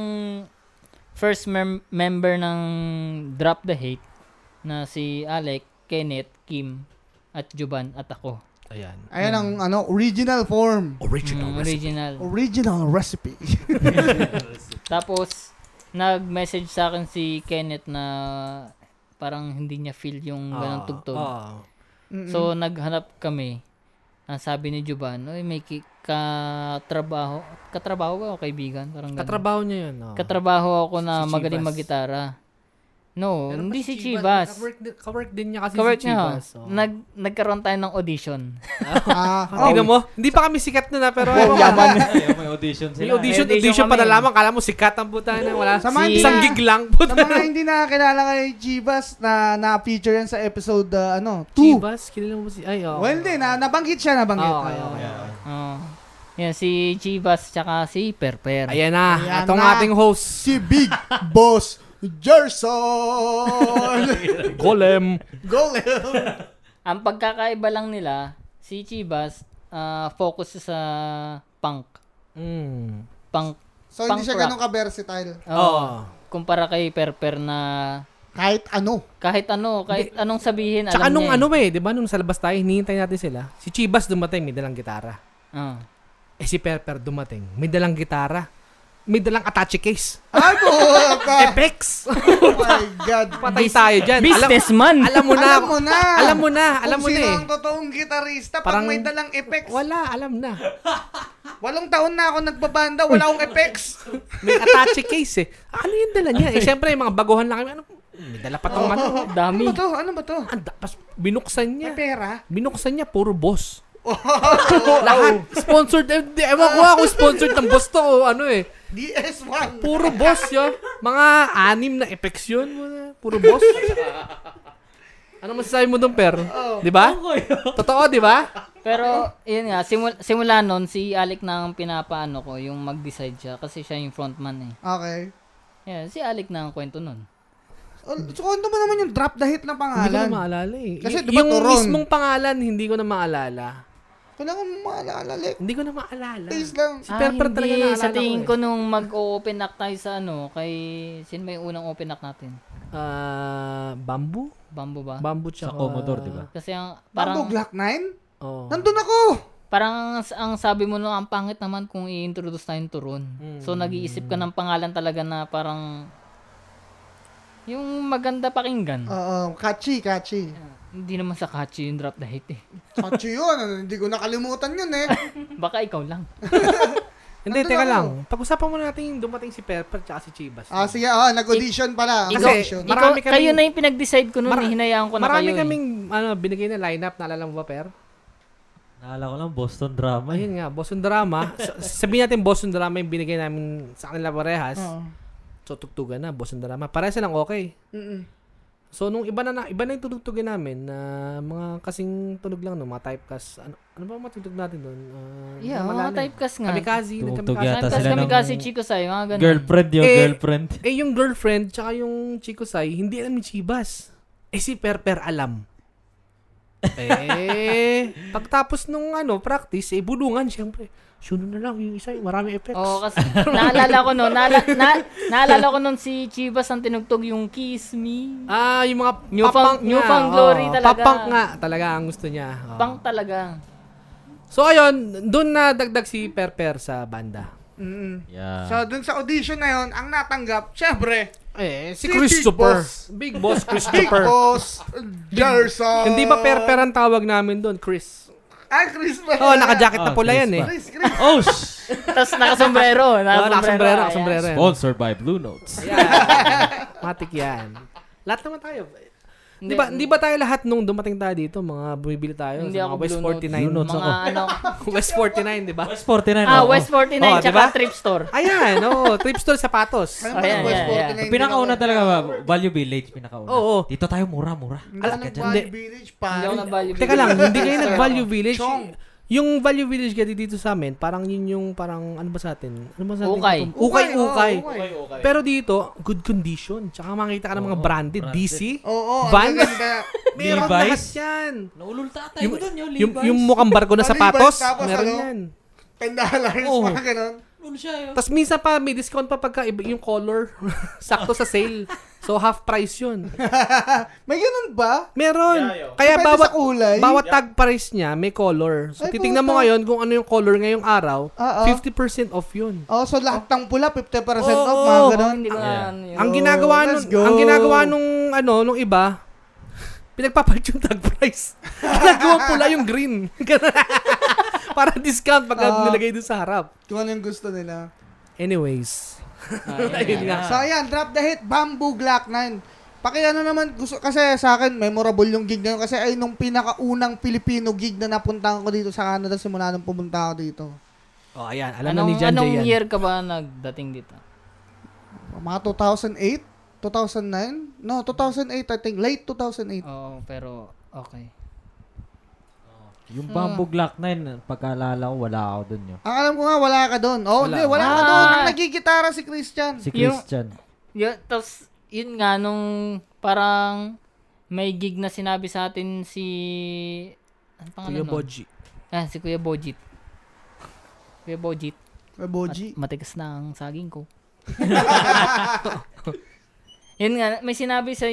D: first mem- member ng Drop the Hate na si Alec, Kenneth, Kim, at Juban, at ako.
B: Ayan.
A: Ayan ang ano, original form.
B: Original
D: Mm, original.
A: Original recipe.
D: Tapos, nag-message sa akin si Kenneth na parang hindi niya feel
B: Ah,
D: yung
B: Hmm.
D: ganang tugtog. So, naghanap kami. Ang sabi ni Juban, Oy, may ki- katrabaho. Katrabaho ba o kaibigan? Parang ganun.
B: Katrabaho niya yun. ah. oo.
D: Katrabaho ako
B: Si
D: na
B: Chivas.
D: magaling maggitara. No,
B: Pero pa
D: hindi si Chivas.
B: Kawork, din- kawork din niya kasi
D: Kawork
B: si
D: niya.
B: Chivas.
D: oh.
B: oo.
D: Nag, nagkaroon tayo ng audition.
A: [laughs] ah,
B: Ah, Tingnan mo, hindi pa kami sikat na na, pero ewan ko.
C: Ay, may audition
B: May
C: sila.
B: audition,
D: May audition
B: audition pa na
D: kami.
B: lamang. Kala mo sikat ang puta na. Wala.
A: Sa mga
B: Si-
A: hindi
B: isang
A: na-
B: gig lang. Puta
A: Sa mga hindi nakakilala kay Jibas na na-feature yan sa episode uh, ano, 2.
B: Chivas, kilala mo ba si... Ay, oo.
A: Well, hindi na nabanggit siya, nabanggit.
B: Oo, okay, okay.
D: Oh. Yan, si Chivas tsaka si Perper.
B: Ayan na.
A: Ayan
B: Atong
A: na.
B: ating host.
A: Si Big Boss
B: [laughs]
A: Gerson.
B: Golem.
A: Golem.
D: Ang pagkakaiba lang nila, si Chivas ah, focus siya sa punk.
B: Mm.
D: Punk.
A: So hindi
D: Punk
A: siya
D: rock.
A: ganun ka-versatile.
D: Oo.
B: Oh.
D: Kumpara kay Perper na
A: Kahit ano.
D: kahit ano, kahit anong sabihin,
B: Tsaka
D: alam
B: nung
D: niya.
B: ano eh, di ba? Nung sa labas tayo, hinihintay natin sila. Si Chivas dumating, may dalang gitara.
D: Ah.
B: Eh si Perper dumating, may dalang gitara. May dalang attache case.
A: Ay, buka. [laughs]
B: Apex!
A: Oh my God.
B: Patay tayo dyan. Alam,
D: Businessman!
B: alam mo na.
A: Alam mo na.
B: Alam mo na. Alam mo
A: Kung
B: na
A: sino
B: eh.
A: ang totoong gitarista
B: Parang-
A: pag may dalang effects.
B: Wala, alam na.
A: Walong taon na ako nagbabanda, wala akong effects.
B: May attache case eh. Ano yung dala niya? Eh, syempre, yung mga baguhan lang kami. Ano, may dala pa tong ano.
A: Ano
D: Dami.
A: ba to? Ano ba to?
B: Anda, pas, binuksan niya.
A: May pera?
B: Binuksan niya, puro boss. [laughs] Lahat. Sponsored. Eh, di- ewan ko ako sponsored ng boss to o ano eh.
A: DS1.
B: Puro boss yun. Mga anim na effects yun. Puro boss. ano masasabi mo doon, Per? Di ba?
C: [laughs]
B: Totoo, di ba?
D: Pero, yun nga, simula, simula nun, si Alec na ang pinapaano ko, yung mag-decide siya, kasi siya yung frontman eh.
A: Okay.
D: Yeah, si Alec na ang kwento nun.
A: Oh, So, ano ba naman yung drop the hit na
B: Hindi ko na
A: pangalan?
B: maalala eh.
A: Kasi
B: Y-
A: diba
B: yung
A: turon?
B: mismong pangalan, hindi ko na maalala.
A: Kailangan mo maalala. Like,
B: Hindi ko na maalala.
A: taste lang.
B: Si Per Per talaga naalala
D: sa tingin ko
B: eh.
D: nung mag-open up tayo sa ano, kay, sino ba yung unang open up natin?
B: Ah, bamboo?
D: Bamboo ba?
B: Bamboo
C: Sa
B: tsaka...
C: Commodore, di
B: Ah.
C: ba?
D: Kasi ang,
A: Bamboo
D: parang,
A: Glock 9?
B: Oo.
A: Nandun ako!
D: parang ang, ang sabi mo nung, ang pangit naman kung i-introduce tayo yung turon. So, nag-iisip ka ng pangalan talaga na parang, yung maganda pakinggan.
B: Ah.
A: Oo, catchy, catchy.
D: Hindi naman sa catchy yung drop the hit eh.
A: Catchy yun. [laughs] ano, Hindi ko nakalimutan yun
B: [laughs]
A: eh.
D: Baka ikaw lang.
B: Hindi,
A: Nandun
B: teka
A: ako.
B: lang. Pag-usapan muna natin yung dumating si Per Per tsaka si Chivas.
A: Ah, sige. ah, nag-audition pala.
B: Ikaw-
A: Audition.
B: Ikaw- Marami
D: kayo
B: kaming-
D: na yung pinag-decide ko nun,
B: Mara-
D: eh. hinayaan ko na
B: Marami
D: kayo. eh.
B: kaming ano, binigay na lineup. Naalala mo ba, Per?
C: Naalala ko lang, Boston drama. eh.
B: Ayun nga, Boston Drama. [laughs] S- sabihin natin Boston Drama yung binigay namin sa kanila parehas. So, tugtugan na, Boston Drama. Parehas lang okay.
A: Mm-mm.
B: So, nung iba na, na iba na yung tutugtugin namin na mga kasing tunog lang, no, mga typecast. Ano, ano ba matutug natin doon? Uh,
D: Yeah, mga typecast nga.
B: Kamikaze,
C: Tumugtog
B: nagkamikaze.
C: yata
D: Typecast
C: sila
D: kami
C: ng-
D: kasi Chico sa'yo, mga ganun.
C: Girlfriend yung
B: Eh,
C: girlfriend.
B: Eh, yung girlfriend, tsaka yung Chico Sai, hindi alam ni Chibas. Eh, si Perper alam. eh,
D: [laughs]
B: pagtapos nung ano, practice, eh, bulungan, siyempre. Sunod na lang, yung isa, yung marami effects.
C: [laughs]
D: Oo, kasi naalala ko nun, naala,
B: [laughs]
D: na, naalala ko nun si Chivas ang tinugtog yung Kiss Me.
B: Ah, yung mga
D: New
B: papang
D: Found- New Found Glory talaga.
B: Papang nga talaga ang gusto niya. Oo.
D: Bang talaga.
B: So ayun, doon na dagdag si Perper sa banda.
A: Mm-mm.
C: Yeah.
A: So, dun sa audition na yun, ang natanggap, syempre,
B: Eh,
A: si
B: si,
A: Big
B: Christopher.
A: Boss.
B: Big Boss
A: Big
B: Christopher.
A: Boss, Gerson.
B: Hindi ba Perper ang tawag namin doon, Chris?
A: Ah, Chris
D: Eh,
A: ba?
B: Oh, naka-jacket na
C: Ah,
B: pula
C: Chris
B: yan eh.
C: pa.
A: Chris, Chris.
C: Oh, sh-
D: Tapos
B: [laughs]
D: nakasombrero.
B: Oh,
D: Nakasombrero.
B: nakasombrero,
D: ayan.
B: nakasombrero yan.
C: [laughs] sponsored by Blue Notes.
B: Yan.
D: [laughs]
B: Matik yan. Lahat naman tayo. Di ba, di ba tayo lahat nung dumating tayo dito, mga bumibili tayo
D: Hindi
B: sa mga
D: ako
B: West 49.
D: Blue
C: Notes. Blue Notes
D: Mga
C: ako.
D: ano.
C: [laughs]
B: [laughs] West 49, di ba?
C: West 49.
D: Ah,
C: oo.
D: West 49,
B: Oh,
D: tsaka
B: diba?
D: Trip Store.
B: Ayan, oo. Trip store sapatos.
A: Alam
D: Oh,
A: mo,
D: yeah,
A: West
D: yeah,
A: 49
D: yeah.
A: din
C: Pinakauna
A: ako.
C: talaga ba? Value Village, pinakauna.
B: Oo.
C: Dito tayo mura-mura.
A: Hindi ako ng Valley Village,
D: Hindi
A: pare.
D: ako nag-value.
B: Ah, Teka lang, hindi kayo nag-value village.
A: Chong.
B: Yung value village kasi dito sa amin, parang yun yung parang ano ba sa atin? Ano ba sa atin?
D: Ukay.
B: Ukay, ukay.
A: oo, ukay.
B: Pero dito, good condition. Tsaka makikita ka ng mga
C: Oo,
B: branded,
C: branded.
B: DC.
A: Oo, ang
B: Van?
A: gaganda.
B: Oh, [laughs] Meron
C: Levi's?
B: lahat yan.
C: Naulul tatay
B: Yung,
C: ko dun, yung
B: yung,
C: Levi's.
B: yung mukhang barko na
A: Levi's,
B: sapatos,
A: tapos
B: meron
A: ano?
B: yan.
A: Pendahalars,
B: Oo.
A: mga ganun.
C: Naulul siya, yun.
B: Tapos minsan pa, may discount pa pagka iba- yung color. [laughs] Sakto sa sale. So, half price yun.
A: May ganun ba?
B: Meron. Kaya
A: Depende
B: bawat
A: sa kulay.
B: bawat tag price niya may color.
A: Ay,
B: So titingnan mo
A: puta. Ah,
B: ngayon kung ano yung color ngayong araw,
A: Oo.
B: 50% off 'yun.
A: Oh, so lahat ng pula, 50% off, mga
B: Oo, oo.
A: ganun.
D: Hindi ko na
C: Yeah.
D: ano yun.
B: Ang ginagawa
A: let's
B: nung
A: go.
B: ang ginagawa nung ano nung iba [laughs] pinagpapalit yung tag price. [laughs] Ginagawa pula yung green. [laughs] Para discount pag
A: Ah.
B: nilagay dun sa harap.
A: Kung ano yung gusto nila.
B: Anyways.
D: Ah,
C: Ayun
B: [laughs] Ayun
C: nga.
B: nga.
A: So, ayan, drop the hit, Bamboo Glock 9. Pakiano naman, gusto, kasi sa akin, memorable yung gig na yun. Kasi ay nung pinakaunang Filipino gig na napuntahan ko dito sa Canada, simula nung pumunta ako dito.
B: Oh, ayan. Alam na
D: Anong,
B: ni Jan
D: anong
B: Jay yan.
D: year ka ba nagdating dito?
A: Mga 2008? 2009? No, 2008, I think. Late 2008.
D: Oo, pero okay.
C: Yung Bamboo Glock 9, pagkaalala ko, wala ako dun yun.
A: Ang alam ko nga, wala ka doon. Oh, hindi, wala ka
D: Ah.
A: doon. Ang nagigitara si Christian.
C: Si
D: Yung-
C: Christian.
D: Yun, tapos, yun nga, nung parang may gig na sinabi sa atin si... Ano
B: Kuya
D: pangalan nun?
B: Boji.
D: Ah, si Kuya Bojit. Kuya Bojit.
A: May Boji.
D: Matigas na ang saging ko. [laughs] yun nga, may sinabi sa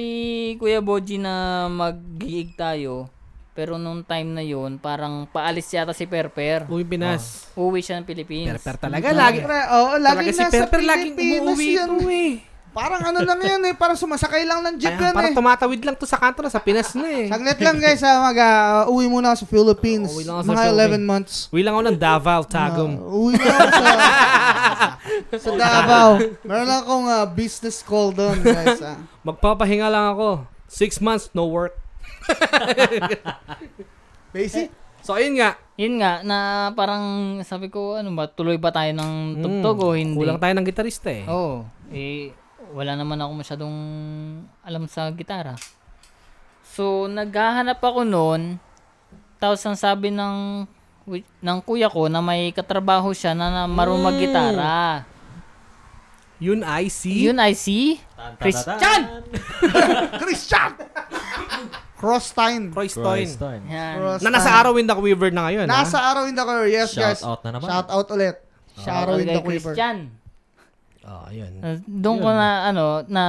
D: Kuya Boji na mag-gig tayo. Pero nung time na yun, parang paalis yata si Perper.
B: Uwi Pinas.
D: Uwi siya ng Philippines.
B: Perper talaga lagi.
A: Pre, oo, lagi
B: Talaga si
A: nasa
B: Perper laging
A: Pilipinas
B: umuwi
A: yan.
B: ito eh.
A: Parang ano lang yan eh, parang sumasakay lang ng jeep
B: Ayan,
A: yan
B: parang
A: eh.
B: tumatawid lang to sa kanto na sa Pinas na eh.
A: Saglit lang guys, ah, mag uh, uwi muna ako sa Philippines.
B: Uwi lang ako sa
A: mga 11
B: Philippines.
A: months.
B: Uwi lang ako ng Davao, Tagum.
A: Ah, uwi na ako sa,
B: [laughs]
A: sa Davao. Meron akong ah, business call doon guys. ah.
B: Magpapahinga lang ako. Six months, no work.
A: Basic.
B: So, ayun nga.
D: Yun nga, na parang
B: Hmm,
D: sabi ko, ano ba, tuloy ba tayo ng tugtog o hindi?
B: Kulang tayo ng gitarista eh.
D: Oo. Oh, eh, wala naman ako masyadong alam sa gitara. So, naghahanap ako noon. Tapos ang sabi ng wi- ng kuya ko na may katrabaho siya na, na marunong maggitara.
B: Yun I see.
D: Yun I see. Christian!
A: Christian! Cross time.
B: Croystoin.
D: Yan.
A: Cross
B: Na nasa
A: time.
B: araw ah. in the Quiver na ngayon.
A: Nasa
B: ha?
A: Arrow in the Quiver. Yes,
C: Shout
A: guys.
C: out na naman.
A: Shout out ulit. Sa
D: Shout
A: Arrow
D: out
A: in the
D: kay
A: Quiver.
D: Christian.
B: Oh, yun.
D: Uh, Doon ko na ano na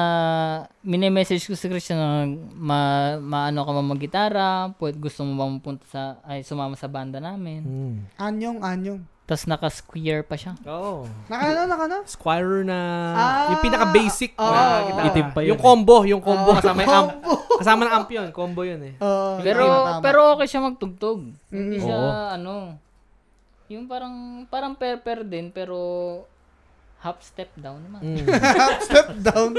D: mini-message ko si Christian na ma, maano ka ba maggitara, puwet gusto mo bang pumunta sa ay sumama sa banda namin.
A: Anyong, anyong.
D: Tapos naka-square pa siya.
B: Oo.
A: Naka ano, naka ano?
B: Squire na
A: Ah,
B: yung pinaka-basic
A: oo.
B: na gitara.
C: Itim pa yun
B: Yung
C: eh.
B: combo, yung combo
A: Oo,
B: kasama yung amp.
A: Ah. combo.
B: Kasama ng amp yun, combo yun eh.
A: Oo,
D: Pero
A: Ah, tama, tama.
D: pero okay siya magtugtog. Hindi
A: Mm.
D: siya
C: Oo.
D: ano yung parang parang per-per din pero half step down naman.
A: [laughs] Step down.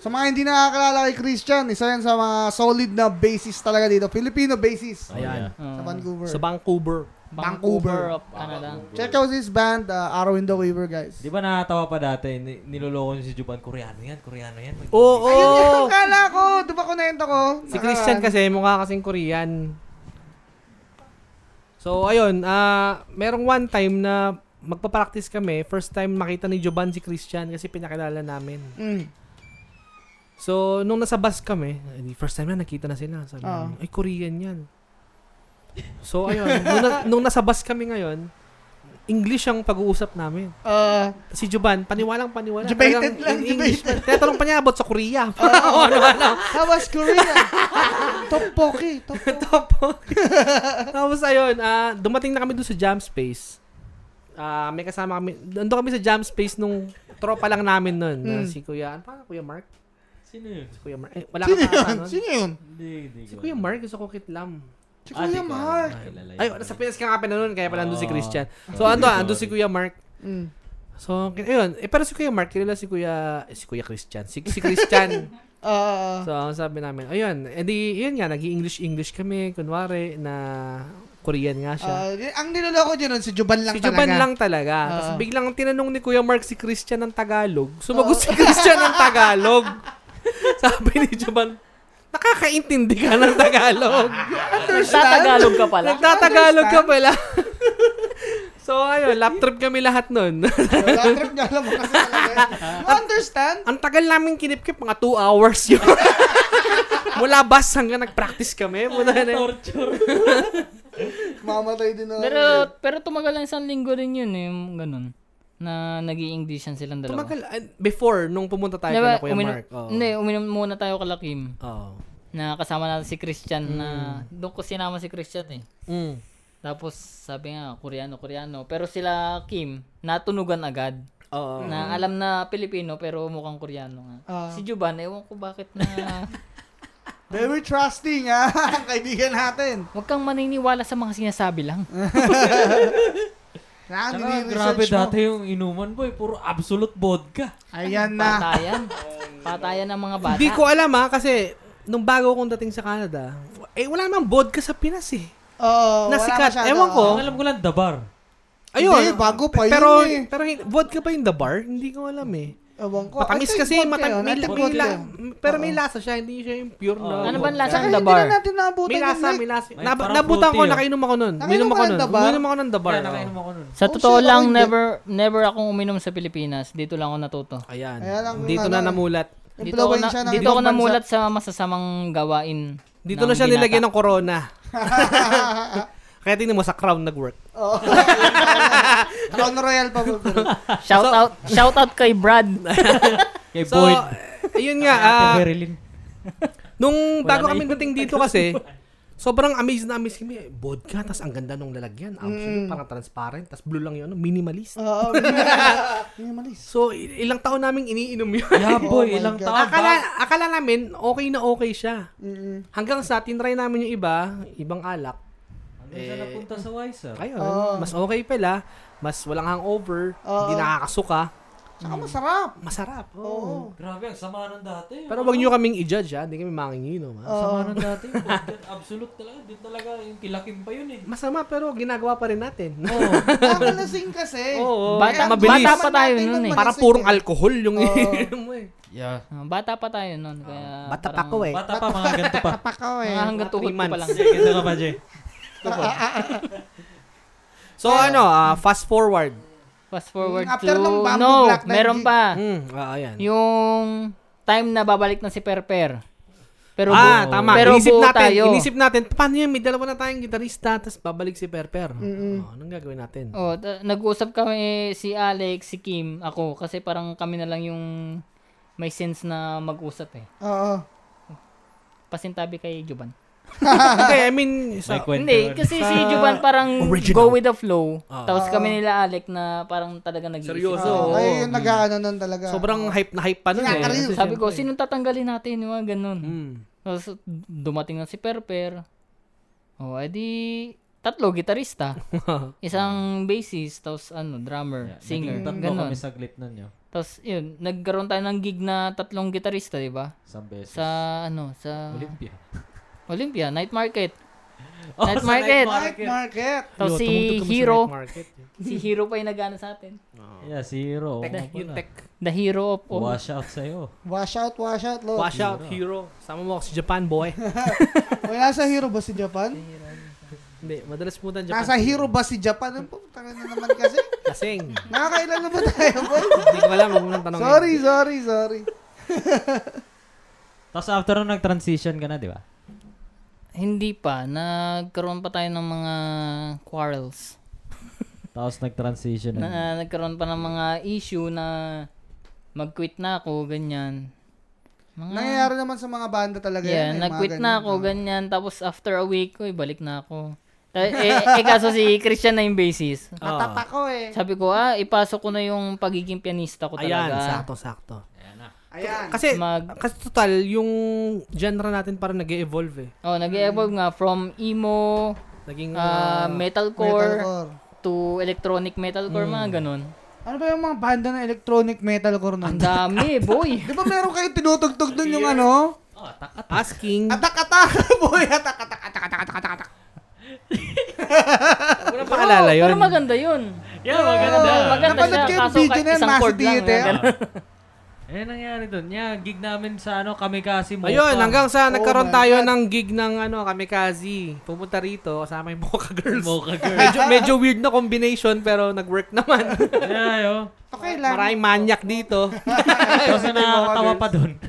A: sa mga hindi nakakilala kay Christian, isa yan sa mga solid na bassist talaga dito. Filipino bassist.
C: Oh,
B: Ayan.
A: Sa
D: Uh,
A: Vancouver.
B: Sa Vancouver.
A: Vancouver.
D: of Canada.
A: Check out this band, uh, Arrow in the Quiver, guys.
C: Di ba nakatawa pa dati, ni- niloloko niya si Juban, Koreano yan, Koreano yan.
B: Oo.
A: Ayun yung kala ko. Di ba kunento ko?
B: Oh! Si Christian kasi mukha kasing Korean. So, ayun. ah merong one time na magpa-practice kami. First time makita ni Joban si Christian kasi pinakilala namin.
A: Mm.
B: So, nung nasa bus kami, eh, di first time na nakita na sila. Sabi
A: Oo.
B: namin, ay, Korean yan. So, ayun. [laughs] nung, na- nung nasa bus kami ngayon, English ang pag-uusap namin.
A: [laughs] Uh,
B: Si Juban, paniwalang paniwala.
A: Debated
B: Talagang
A: lang, Ah.
B: in English. Kaya tanong pa niya about sa Korea. ano, ano.
A: how was Korea? Toppoki. Toppoki.
B: Tapos, tapos ayun, ah, dumating na kami doon sa jam space. Ah, may kasama kami, doon kami sa jam space nung tropa lang namin noon. na
A: Mm.
B: si Kuya, ano pa? Kuya Mark?
C: Sino yun?
B: Si Kuya Mark. Eh, wala
A: Sino
B: ka pa
A: yun? [laughs]
B: nun?
A: Sino yun?
C: Hindi, hindi.
B: Si Kuya Mark, gusto ko kitlam.
A: Si
C: Ah,
A: Kuya Mark.
B: Ay, sa Pinas ka nga pala Ah. nun, kaya pala nandun si
C: Oo.
B: Christian. So,
C: Sorry,
B: ando, ando si
C: sorry.
B: Kuya Mark.
A: Mm.
B: So, kin- ayun. Eh, pero si Kuya Mark, kilala si Kuya, eh, si Kuya Christian. Si, si Christian.
A: Ah,
B: so, ang sabi namin, ayun. Eh di, yun nga, nag-English-English kami, kunwari, na Korean nga siya.
A: ah, y- ang niloloko dyan nun, si Juban lang
B: si Juban
A: talaga.
B: lang talaga.
A: Oo.
B: Tapos biglang tinanong ni Kuya Mark si Christian ng Tagalog. Sumagot si Christian ng Tagalog. [laughs] Sabi ni Juban, nakakaintindi ka ng Tagalog.
D: Tatagalog ka pala.
B: Nagtatagalog ka pala. [laughs] so ayun, lap trip kami lahat nun. [laughs]
A: Wala trip niya alam mo kasi talaga. yun. You understand?
B: Ang tagal namin kinipkip, mga 2 hours yun. [laughs] Mula bus hanggang nag-practice kami. Muna na
C: Torture.
A: Mamatay din na.
D: Pero pero tumagal lang isang linggo rin yun eh, yung ganun. Na nag englishan silang dalawa.
B: Tumagal, ah, before, nung pumunta tayo
D: Diba,
B: kay Kuya
D: uminom-
B: Mark. Oo.
D: Hindi, uminom muna tayo kala Kim.
B: Oo.
D: Na kasama natin si Christian na doon ko sinama si Christian eh.
B: Mm.
D: Tapos sabi nga, Koreano, Koreano. Pero sila Kim, natunugan agad.
B: Oo.
D: Na alam na Pilipino pero mukhang Koreano nga.
A: Ah.
D: si Juban, ewan ko bakit
A: [laughs]
D: na
A: Very trusting, ha? Ang [laughs] kaibigan natin.
D: huwag kang maniniwala sa mga sinasabi lang.
A: Saan
C: Saka, grabe
A: nire-research mo?
C: dati yung inuman boy, puro absolute vodka.
A: Ayan na.
D: Patayan. Patayan ng mga bata.
B: Hindi ko alam ha, kasi nung bago akong dating sa Canada, eh wala namang vodka sa Pinas eh.
A: Oo, wala
B: Nasikat.
A: masyado.
B: Ewan ko.
C: Ang alam ko lang, dabar.
B: Ayun.
A: Hindi, bago pa yun
B: pero,
A: eh.
B: Pero hin- vodka pa yung the bar? Hindi ko alam eh.
A: Ewan ko. I
B: Matamis
A: think
B: kasi,
A: vodka
B: matamis,
A: yun. I
B: may,
A: think
B: may
A: vodka
B: la-
A: yun.
B: pero may lasa siya, hindi siya yung pure na.
C: Oo.
D: Ano
B: vodka.
D: ba lasa
A: Saka
D: ng
A: hindi
D: the bar?
A: na natin eh. nabutan
B: May lasa, may lasa.
C: May
B: Nab-
C: parang
B: nabutan ko,
C: fruity, oh.
B: nakainom ako nun.
A: Nakainom
B: Uminom
A: ka
B: ako
A: ng
B: nun.
A: the bar?
B: Uminom ako ng the bar.
C: Kaya
B: oo.
C: nakainom ako nun.
D: Sa
A: Oh,
D: totoo
A: shit, ako
D: lang,
A: hindi.
D: never never akong uminom sa Pilipinas. Dito lang ako natuto.
B: Ayan.
A: Ayan ang
B: Dito na
A: ano eh.
B: namulat.
D: Dito ako, na,
A: Impluwensya ng
D: dito
A: ibang
D: ako
A: bansa.
D: namulat sa masasamang gawain.
B: Dito na siya nilagyan ng corona. Kaya tingnan mo, sa crown nag-work.
A: [laughs] Oo. Crown Royal pa po.
D: Shout out, shout out kay [laughs] Brad.
C: Kay
B: So,
C: Boyd.
B: [laughs] ayun nga.
C: Kay
B: ah,
C: Marilyn.
B: Nung
C: Wala
B: bago
C: na
B: kami
C: yun.
B: dating dito kasi, sobrang amazed na amazed kami. Vodka, tas ang ganda nung lalagyan. Absolute, parang transparent, tas blue lang yun, ano, minimalist.
A: Oo. [laughs] Minimalist.
B: So, il- ilang taon naming iniinom yun.
C: [laughs] Yeah,
A: Oh my
C: boy, ilang
A: God.
C: taon. [laughs] ba?
B: akala, akala namin, okay na okay siya.
A: Mm-mm.
B: Hanggang sa tinry namin yung iba, ibang alak.
C: Ano siya
B: eh,
C: napunta sa Weiser?
B: Ayun,
A: Oo.
B: mas okay pala. Mas walang hangover,
A: Oo.
B: hindi nakakasuka.
A: Saka masarap.
B: Masarap.
A: Oo.
C: Mm.
B: Oo.
C: Grabe, ang sama ng dati. oh.
B: Pero wag nyo kaming i-judge ha. Hindi kami manginginom ha.
A: Oo.
C: Sama ng dati. Content absolute talaga. Di talaga yung kilakim pa yun eh.
B: Masama pero ginagawa pa rin natin.
C: Oo.
A: Ang lasing kasi.
B: Oo.
A: Kaya
D: Bata,
B: mabilis.
D: bata pa
A: naman
D: tayo
A: natin
D: nun eh.
A: nagmalas-
B: [laughs] Parang purong alkohol yung
A: Oo.
B: iniinom mo eh.
C: Yeah.
D: Ah, Bata pa tayo nun. Kaya
C: Ah,
B: Bata pa
D: parang-
B: ako eh.
C: Bata pa, mga ganito pa.
A: Napakaw eh.
D: Mga hanggang
B: Mga
D: tuhod
B: three
D: ko pa lang.
B: months.
C: Jay, ganito ka pa, Jay.
B: So ano, ah, fast forward.
D: Fast forward
A: After
D: to...
A: nung Bamboo
D: No,
A: Black na
D: meron
A: yung-
D: pa.
B: Mm, ah, ayan.
D: Yung time na babalik na si Perper. Pero
B: ah,
D: buo-
B: tama.
D: Pero
B: inisip
D: buo
B: natin,
D: tayo.
B: inisip natin, paano yun? May dalawa na tayong gitarista, tapos babalik si Perper. Oh, anong gagawin natin?
D: [laughs] Oh, ta- nag-usap kami si Alex, si Kim, ako kasi parang kami na lang yung may sense na mag-usap eh.
A: Oo.
D: Pasintabi kay Juban.
B: Hindi, I mean,
C: May
B: sa,
C: kwento. yun.
D: Hindi, kasi
B: Sa
D: si Juban parang
B: original.
D: go with the flow.
B: Ah.
D: Tapos kami nila Alec na parang talaga nag
B: Seryoso.
A: Oo,
B: Oo.
A: Kaya yung nag-ano nun talaga.
B: sobrang hype na hype pa nun eh.
A: Kinakaril.
D: Sabi ko, sino tatanggalin natin? Yung mga ganun.
B: Mm.
D: Tapos dumating na si Perper. Oh, edi tatlo
B: [laughs]
D: gitarista, isang bassist, tapos ano, drummer,
C: Yeah,
D: singer,
C: naging Tatlo
D: ganun.
C: kami saglit nun yun.
D: Tapos yun, nagkaroon tayo ng gig na tatlong gitarista, di ba?
C: Isang beses.
D: Sa ano, sa
C: Olympia.
D: Olympia Night Market.
C: Oh,
D: Night
C: sa
D: market.
A: Night market.
B: Yo,
D: Tapos si
B: tumugtog kami sa night
D: Hero,
B: market.
D: si Hero pa yung nag-ano sa atin.
C: Yeah, zero. Oh,
B: Tech, yung tech.
D: The Hero of all.
C: Wash out sa'yo.
A: Wash out, wash out, lo.
B: Wash out, Hero. Sama mo ako sa Japan, boy.
A: Wait, nasa hero ba si Japan?
B: Hindi, madalas pumunta ng Japan.
A: Nasa hero ba si Japan? Ano po? Tanga na naman kasi.
B: Kasing.
A: Nakakailan na ba tayo, boy?
B: Hindi ko alam, huwag mo nang tanongin.
A: Sorry, sorry, sorry.
C: Tapos after nung nag-transition ka na, di ba?
D: Hindi pa, nagkaroon pa tayo ng mga quarrels.
C: Tapos nag-transition na.
D: Na, nagkaroon pa ng mga issue na mag-quit na ako, ganyan. Mga,
A: Nangyayari naman sa mga banda talaga
D: Ah. yeah,
A: yan. eh, mga
D: nag-quit
A: ganyan.
D: na ako, ganyan. Tapos after a week, uy, balik na ako. Ta- eh, eh, kaso si Christian na yung bassist.
A: Tatapa ko eh.
D: Sabi ko, ah, ipasok ko na yung pagiging pianista ko
B: Ayan,
D: talaga.
B: sakto, sakto.
A: Ayan.
B: Kasi,
D: Mag-
B: kasi total, yung genre natin parang nag evolve eh.
D: Oh, nag-evolve nga from emo,
B: Naging, ah,
D: ah, metalcore,
A: Metalcore. Mm.
D: to electronic metalcore, mga ganun.
A: Ano ba yung mga banda na electronic metalcore nun?
D: Ang
A: [laughs]
D: dami, boy.
A: Di ba meron kayo tinutugtog dun yung ano?
B: asking.
A: Atak-atak, [laughs] boy. Atak-atak, atak-atak, atak-atak.
B: Wala pa alala
C: Oh,
D: Oo,
B: yun.
D: Pero maganda yun.
C: Yeah, maganda.
D: Maganda
A: Napanood
D: siya,
A: ko yung
D: kaso
A: video
D: kahit
A: na yun,
D: isang
A: Mass
D: chord lang.
A: Theater.
D: ganun.
C: Eh, nangyari dun. Yeah, gig namin sa ano, Kamikasi Mocha.
B: Ayun, hanggang sa nagkaroon
A: Oh my
B: tayo ng gig ng ano, kamikaze. Pumunta rito, kasama yung Mocha Girls.
C: Mocha Girl.
B: [laughs]
A: [laughs]
B: medyo, medyo weird na combination, pero nag-work naman.
C: yeah, yo.
A: [laughs] Okay lang.
B: Maraming manyak
A: [laughs]
B: dito.
C: Tapos na nakakatawa pa dun. [laughs]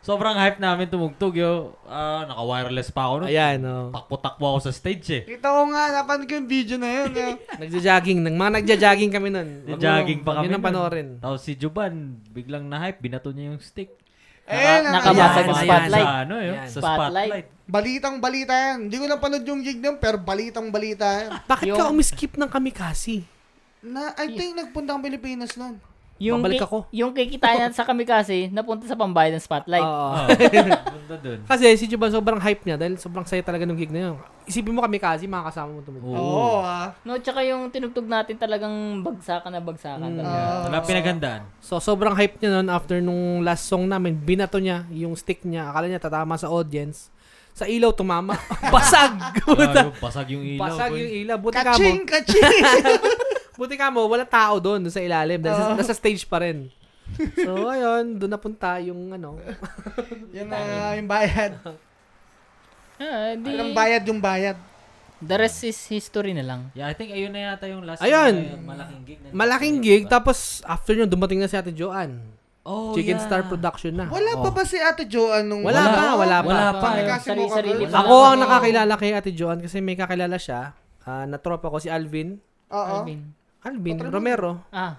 C: Sobrang hype namin tumugtog, yo. Ah, naka-wireless pa ako nun.
B: Ayan, oh.
C: Takbo-takbo ako sa stage, eh.
A: Kita ko nga, napanood ko yung video na yun. eh.
B: Nagja-jogging. Nang mga nagja-jogging kami nun. Wag mo-
C: Jogging pa
B: wag
C: kami.
B: Yun ang
C: nun.
B: panoorin.
C: Tapos si Juban, biglang na-hype, binato niya yung stick.
A: Ayun, ang-
D: nakabasag
B: sa
C: Ayan,
D: spotlight.
C: Sa, ano, yo,
B: Ayan.
C: sa
D: Spotlight.
C: spotlight.
A: Balitang balita yan. Hindi ko lang panood yung gig na yun, pero balitang balita yan.
B: Bakit ka
D: Yung-
B: umiskip ng kamikaze?
A: Na, I think nagpunta ang Pilipinas nun.
D: Yung,
B: Babalik
D: ki-
B: ako. [laughs]
D: yung kikitaan sa kami kasi, napunta sa pambayad ng spotlight.
B: Oo.
C: Oh, punta dun.
B: Kasi si Juban sobrang hype niya dahil sobrang saya talaga ng gig na yun. Isipin mo kamikaze, mga kasama mo tumugtog.
A: Oo,
C: Oo.
A: ah.
D: No, tsaka yung tinugtog natin talagang bagsakan na
B: Mm.
D: bagsakan. talaga.
C: Yeah, Wala pinagandaan.
B: So, sobrang hype niya noon after nung last song namin, binato niya yung stick niya. Akala niya tatama sa audience. Sa ilaw, tumama. [laughs] Basag! Buta.
C: Grabe, basag Ah, yung ilaw.
B: Basag
C: boy.
B: yung ilaw. Buti ka mo,
A: Kaching,
D: [laughs]
A: kaching!
B: buti ka mo, wala tao doon sa ilalim. Dahil sa- nasa stage pa rin. So, ayun, doon napunta yung ano.
A: Yan na yung bayad.
D: Ah, di,
A: Walang bayad yung bayad.
D: the rest is history na lang.
C: Yeah, I think ayun na yata yung last
B: Ayun.
C: na malaking gig. Na
B: Malaking gig, tapos after yun, dumating na si Ate Joanne.
C: oh,
B: Chicken
C: yeah.
B: Star Production na.
A: Wala
D: Oh.
A: pa ba si Ate Joan nung...
B: Wala pa, wala pa.
C: Wala pa.
A: Kami kasi
D: Ah, Sarili-
A: mukha
D: sarili
A: girls.
D: pa.
B: Ako ang nakakilala kay Ate Joanne kasi may kakilala siya. Ah, na tropa ko si Alvin.
A: Oo.
D: Oh. Alvin.
B: Alvin Romero.
D: Ah,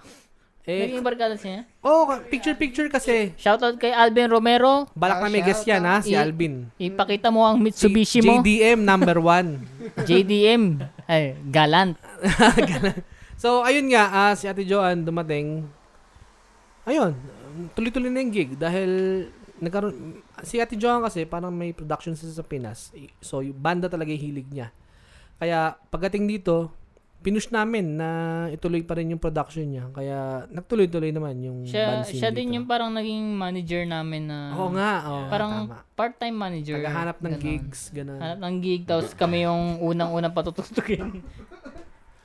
B: Eh,
D: naging barkada siya.
B: oh, picture-picture kasi.
D: Shoutout kay Alvin Romero.
B: Balak na may guest yan ha, si
D: I-
B: Alvin.
D: Ipakita mo ang Mitsubishi mo. [laughs]
B: JDM number one. [laughs]
D: JDM. Ay, galant.
B: So, ayun nga, ah, si Ate Joanne dumating. Ayun, um, tuloy-tuloy na yung gig dahil nagkaroon, si Ate Joanne kasi parang may production siya sa Pinas. I- So, yung banda talaga yung hilig niya. Kaya, pagdating dito, pinush namin na ituloy pa rin yung production niya. Kaya nagtuloy-tuloy naman yung band
D: Siya,
B: scene
D: siya din
B: dito.
D: yung parang naging manager namin na
B: Oo nga, oo.
D: parang
B: tama.
D: part-time manager.
B: Naghahanap ng
D: Ganon.
B: gigs, ganun.
D: Hanap ng gig, tapos kami yung unang-unang patutustukin.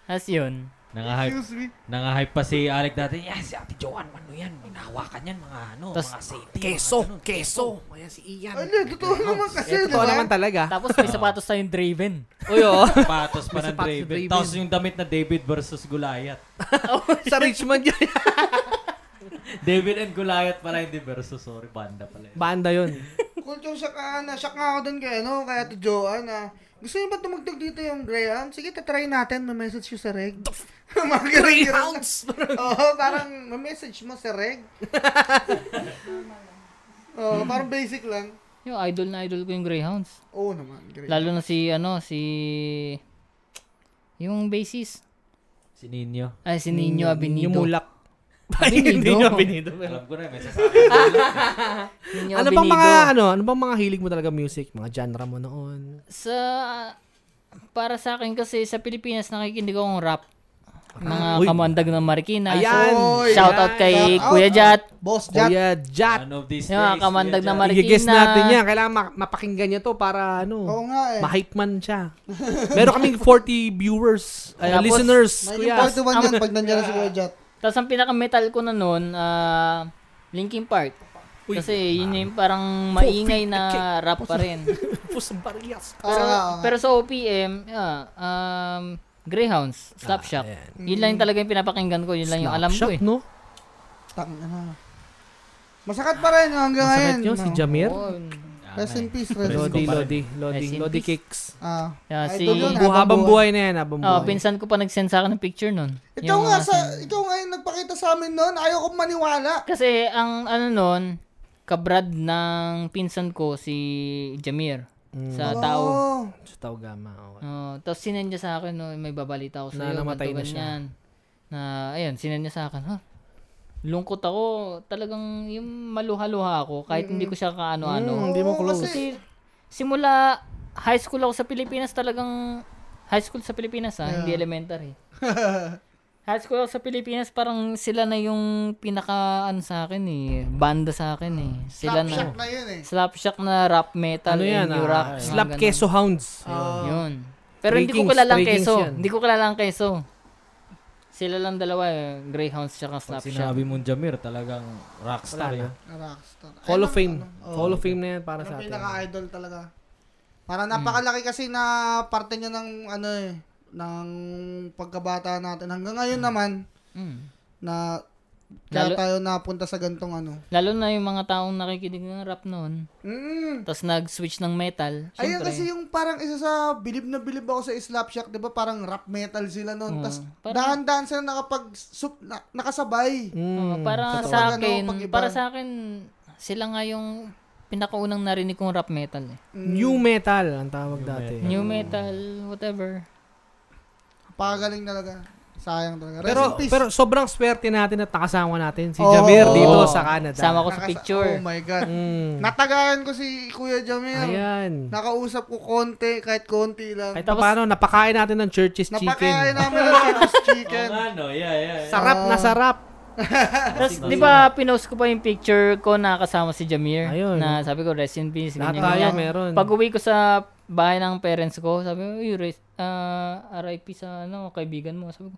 D: Tapos yun.
C: Nangahype,
A: Excuse me.
C: nangahype pa si Alec dati. Yes, si Ate Joanne, ano yan? Hinahawakan yan, mga ano,
D: Tas-
C: mga safety.
B: Keso, keso. Ayan si Ian.
A: Ano, totoo naman kasi,
B: Eh,
A: di
B: totoo
A: ba?
B: naman talaga.
D: Tapos may sapatos tayong Draven.
B: Uy, oh. oo.
C: Patos pa
B: May
C: ng
B: sapatos si
C: Draven.
B: Draven.
C: Tapos yung damit na David versus Goliath. [laughs]
B: Sa Richmond yun.
C: David and Goliath pala, hindi versus. Sorry, banda pala. yun.
B: Banda
A: [laughs]
B: yun.
A: Kulture shock ka, na-shock nga ako doon kay, ano, kaya to Joan, ah. Gusto niyo ba tumagtog dito yung Greyhound? Sige, tatry natin. May-message siya sa Reg. [laughs] Mga ganun- Oo, parang may-message mo sa Reg. Oo, parang basic lang.
D: Yung idol na idol ko yung Greyhounds.
A: Oo naman, Greyhound.
D: Lalo na si, ano, si... Yung basis.
C: Si Nino.
D: Ay, si Nino Abinido.
B: Yung mulak.
D: Abinido.
B: Nino Abinido.
C: Alam ko na, may sasabi.
D: Nino
B: Ano
D: Abinido.
B: bang mga, ano, ano bang mga hilig mo talaga music? Mga genre mo noon?
D: Sa... Para sa akin kasi, sa Pilipinas, nakikinig akong rap. Mga
B: Ah, Uy.
D: kamandag ng Marikina.
B: Ayan!
A: Oy,
D: Shout out kay
A: Shout out.
D: Kuya Jat.
A: Boss Jack.
B: Kuya Jack.
C: One of these
D: Yung mga
C: days,
D: kamandag
C: yan,
D: ng
C: yan.
D: Marikina.
B: I-guess natin yan. Kailangan ma- mapakinggan niya to
A: Oo
B: para ano,
A: nga eh.
B: ma-hype man
A: [laughs]
B: siya. Meron kaming 40 viewers, ay,
D: Tapos,
B: listeners.
A: May
B: Kuya.
A: part 1 yan pag nandiyan na si Kuya Jack.
D: Tapos ang pinaka-metal ko na noon, ah, Linkin Park. Kasi yun yung parang maingay na rap pa
A: [laughs]
D: rin.
B: Pus Barrias.
A: Ah,
D: Pero,
A: Oo nga, oo nga.
D: pero sa OPM, yeah, um, Greyhounds,
A: Ah,
D: Slapshot.
A: eh.
B: ayan.
D: yun lang yung talaga yung pinapakinggan ko, yun lang yung alam ko eh.
B: No?
A: Tang, ano. Masakit pa rin hanggang ngayon.
B: Masakit yun, si
A: no?
B: Jamir.
D: Oo.
C: Ah,
A: Rest in peace, rest in
B: Lodi,
A: peace.
B: Lodi, Lodi,
D: Rest in
B: Lodi
D: peace.
B: Kicks.
A: Ah,
D: Yeah, si-
A: idol yun,
B: Bu- habang buhay na yan, habang
D: Oh,
B: buhay.
D: pinsan ko pa nag-send sa akin ng picture nun.
A: Ikaw
D: Yung
A: nga,
D: mga
A: sa,
D: send-
A: ikaw nga yung nagpakita sa amin noon. Ayaw ko maniwala.
D: Kasi ang ano nun, kabrad ng pinsan ko si Jamir sa
A: Hmm.
D: tao.
A: Oo.
B: Sa Tau Gama. okay.
D: Oh, tapos sinend niya sa akin, no, may babalita ako sa
B: Na
D: iyo,
B: namatay
D: ganito,
B: na siya.
D: ganyan. Na, ayun, sinend niya sa akin, ha? Lungkot ako, talagang yung maluha-luha ako, kahit hindi ko siya kaano-ano.
B: Mm, Hindi
A: Oo,
B: mo close.
A: kasi-
D: Simula high school ako sa Pilipinas, talagang high school sa Pilipinas, ha? Hindi
B: [laughs]
D: elementary. high school ako sa Pilipinas, parang sila na yung pinaka, ano sa akin eh, banda sa akin eh. Sila
A: Slap shock
D: na,
A: na yun eh.
D: slapshack na rap metal
B: Ano
D: and
B: yan?
D: new
B: ah,
D: rock. mga
B: slap
D: ganun.
B: Keso Hounds.
D: Yun. Pero hindi ko
B: Breakings,
D: kilala ang
B: breakings
D: keso.
B: yan.
D: Hindi ko kilala ang keso. Sila lang dalawa eh. Greyhounds tsaka
C: Pag
D: Snapshot.
C: sinabi mong Jamir, talagang rockstar
B: Wala
C: yun.
A: Rockstar.
B: Hall of
A: Ayun,
B: Fame. Hall of Fame na yan para
A: Ano
B: sa atin.
A: pinaka-idol talaga. Para napakalaki
D: Mm.
A: kasi na parte niya ng ano eh, ng pagkabata natin. Hanggang ngayon naman
D: Mm.
A: na kaya
D: Lalo-
A: tayo napunta sa gantong ano.
D: Lalo na yung mga taong nakikinig ng rap noon.
A: Mm.
D: Tapos nag-switch ng metal.
A: Ayun
D: Siyempre.
A: kasi yung parang isa sa bilib na bilib ako sa Slapshack, 'di ba? Parang rap metal sila noon.
D: Oo.
A: Tapos
D: Mm. Parang-
A: dahan-dahan sila nakapag sup, na, nakasabay.
D: Oo,
B: Mm.
D: Oh, para
A: totoo.
D: sa
A: Ano,
D: akin,
A: pag-iba.
D: para sa akin, sila nga yung pinakaunang narinig kong rap metal eh.
B: New metal ang tawag dati.
D: New metal, whatever.
A: Pagaling talaga. Sayang talaga. Rest in
B: Pero
A: peace.
B: pero sobrang swerte natin at nakasama natin si
A: Oo.
B: Jamir dito
D: Oo.
B: sa Canada.
D: Sama ko sa
A: Nakasa-
D: picture.
A: Oh my God.
B: Mm.
A: Natagayan ko si Kuya Jamil.
B: Ayan.
A: Nakausap ko konti, kahit konti lang.
B: Kahit pa paano, napakain natin ng church's
A: Napakain
B: chicken. [laughs]
A: namin ng Church's chicken.
C: Oo nga, no? ano, Yeah, yeah. yeah.
B: Sarap na sarap.
D: Tapos, di ba, pinost ko pa yung picture ko na kasama si Jamir.
B: Ayun.
D: Na sabi ko, rest in peace.
B: Lahat
D: ganyan,
B: tayo
D: ganyan.
B: meron.
D: Pag uwi ko sa bahay ng parents ko, sabi ko, uy, rest, ah, RIP sa ano, kaibigan mo. Sabi ko,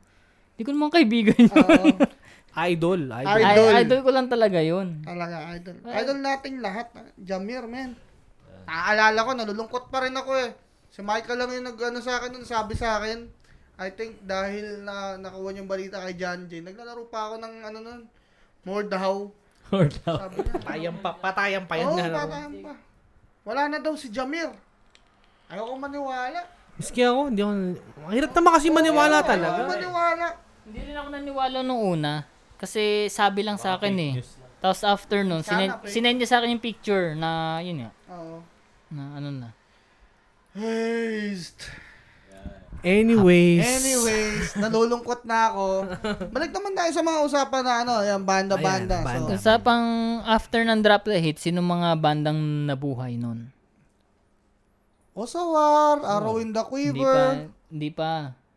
D: di ko naman kaibigan yun. [laughs]
B: Idol. Idol.
A: Idol.
D: Ay, idol ko lang talaga yun.
A: Talaga, idol. Idol nating lahat. ah. Jamir, man. Naaalala ko, nalulungkot pa rin ako eh. Si Michael lang yung nag-ano sa akin, nun, sabi sa akin. I think dahil na nakuha yung balita kay John Jay, naglalaro pa ako ng ano nun, more dahaw.
C: Or daw.
A: Sabi niya.
B: Patayang pa, patayang pa yan Ano?
A: Oo,
B: na. no?
A: patayang pa. Wala na daw si Jamir. Ayoko maniwala.
B: Miski ako, hindi ako, ang hirap naman kasi maniwala talaga.
A: Ayoko maniwala.
D: Hindi rin ako naniwala nung una. Kasi sabi lang sa akin eh. Tapos after nun,
A: Sana
D: sinen-
A: fake.
D: sinend niya sa akin yung picture na, yun nga,
A: Oo.
D: na ano na.
A: Haste.
B: Anyways. [laughs]
A: Anyways, nalulungkot na ako. Balik naman tayo sa mga usapan na ano, yung banda-banda.
B: Ayan, banda.
A: So,
D: Usapang after ng Drop the Hit, sino mga bandang nabuhay nun?
A: Osawar, Arrow in the
B: Oh,
D: Hindi
A: Quiver.
D: pa, hindi pa.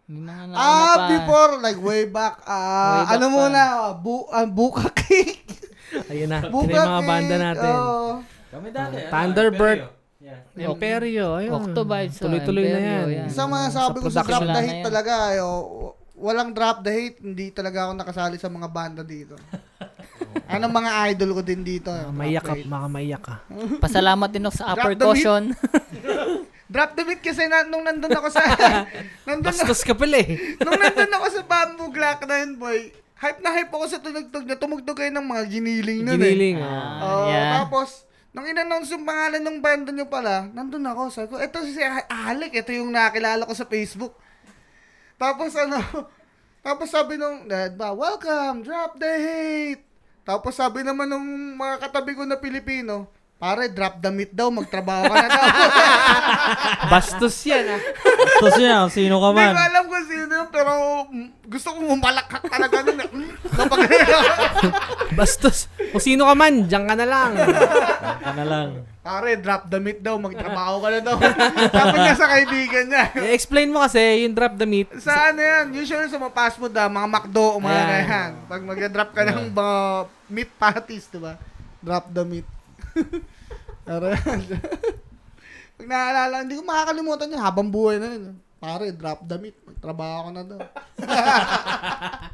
D: May mga
B: Ano
D: nauna
A: Ah,
D: pa.
A: before, like way back,
B: [laughs]
A: ah,
D: Way back
A: ano
D: pa.
A: muna, ah, bu ah, buka cake.
B: Ayun na. Ito
A: Buka
B: na yung mga
A: cake,
B: banda natin.
A: oo.
C: Kami dati.
B: Ah, Thunderbird.
C: Imperyo. Yeah.
B: Imperio. Ayun.
D: Octo vibes, oh,
B: Tuloy-tuloy na
D: Imperio,
B: yan.
D: yan.
A: Isang mga
B: Sa
A: sabi ko sa
B: production
A: drop the
D: na
A: hate
D: yan.
A: talaga, eh, oh, walang drop the hate, hindi talaga ako nakasali sa mga banda dito. Anong mga idol ko din dito? eh, drop
B: Maiyak ka.
A: the hate.
B: Baka maiyak ka.
D: Pasalamat din ako sa upper
A: Drop the beat. [laughs]
D: caution.
A: Drop the beat kasi na, nung nandun ako sa...
B: [laughs]
A: nandun, ako,
B: Bastos ka pala eh.
A: nung nandun ako sa bamboo Glock na yun, boy. Hype na hype ako sa tunugtog na tumugtog kayo ng mga giniling nun eh.
B: Giniling. oh.
D: Ah,
A: Oo,
D: yan.
A: tapos, nung in-announce yung pangalan ng banda nyo pala, nandun ako, sabi ko, eto si Alec, eto yung nakilala ko sa Facebook. Tapos ano, [laughs] tapos sabi nung, dad ba, welcome, drop the hate. Tapos sabi naman nung mga katabi ko na Pilipino, pare, drop the meat daw, magtrabaho ka na daw.
B: Bastos yan ah.
C: Bastos niya, sino ka
A: Hindi
C: man.
A: ko alam kung sino yun, pero mm, gusto kong umalakak talaga nun. eh, Mm, kapag [laughs]
B: Bastos. Kung sino ka man, dyan ka na lang.
C: Ka na lang.
A: Pare, drop the meat daw, magtrabaho ka na daw. [laughs] Sabi niya sa kaibigan niya.
B: I-explain mo kasi yung drop the meat.
A: Sa ano yan, usually sa mga fast food, ah, mga McDo, mga
B: Ayan.
A: ganyan. Pag mag-drop ka ng mga meat patties, di ba? Drop the meat. [laughs] Pero yan. [laughs] Pag naaalala, hindi ko makakalimutan yun. Habang buhay na yun. Pare, drop the meat. Magtrabaho ko na daw.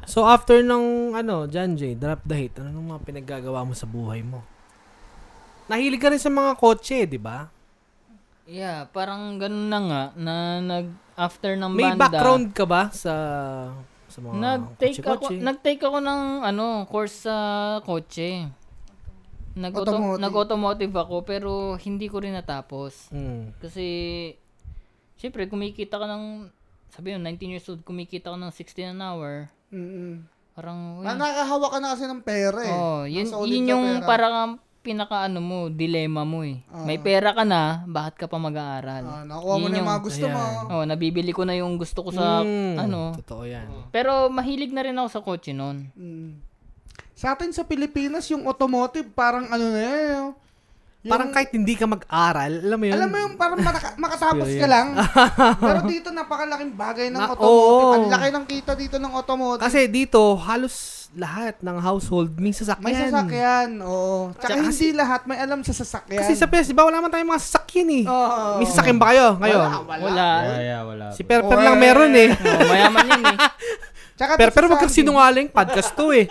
B: So after nung ano, John Jay, drop the hate, ano nung mga pinaggagawa mo sa buhay mo? Nahilig ka rin sa mga kotse, di ba?
D: Yeah, parang ganun na nga na nag after ng
B: May
D: banda.
B: background ka ba sa sa mga
D: Nag-take ako,
B: kotse-kotse?
D: nag-take ako ng ano, course sa kotse. Nag
A: Automotive.
D: nag-automotive ako pero hindi ko rin natapos.
B: Mm.
D: Kasi syempre kumikita ka ng sabi mo 19 years old, kumikita ka ng 16 an hour.
A: Mm-mm.
D: Parang uy,
A: Ah, nakakahawa ka na kasi ng pera eh.
D: Oh, yun,
A: Ang solid
D: yun
A: na
D: yung
A: pera.
D: parang ang pinaka ano mo, dilema mo eh. May pera ka na, bakit ka pa mag-aaral?
A: Ah, nakuha mo
D: Yun
A: na yung mga gusto mo.
D: Oh, nabibili ko na yung gusto ko sa
B: Mm,
D: ano.
B: Totoo yan.
D: Pero mahilig na rin ako sa kotse noon.
A: Mm. Sa atin sa Pilipinas, yung automotive, parang ano na yan. yung-
B: Parang kahit hindi ka mag-aral, alam mo yun?
A: Alam mo yung parang
B: [laughs]
A: mataka- makatapos ka lang. Pero dito napakalaking bagay ng
B: Na- oh.
A: automotive.
B: oo.
A: Ang laki ng kita dito ng automotive.
B: Kasi dito, halos lahat ng household may sasakyan.
A: may sasakyan, oo. Tsaka,
B: Tsaka
A: hindi lahat may alam sa sasakyan.
B: Kasi sa PS, di ba wala man tayong mga sasakyan eh.
A: Oo.
B: May sasakyan ba kayo ngayon?
D: Wala.
C: yeah, wala.
B: Si Perper lang
A: Oy.
B: meron eh.
D: Oh, mayaman yun eh.
A: Tsaka
B: Pero
A: dito
B: pero
A: sa
B: wag kang
A: atin,
B: sinungaling podcast to eh.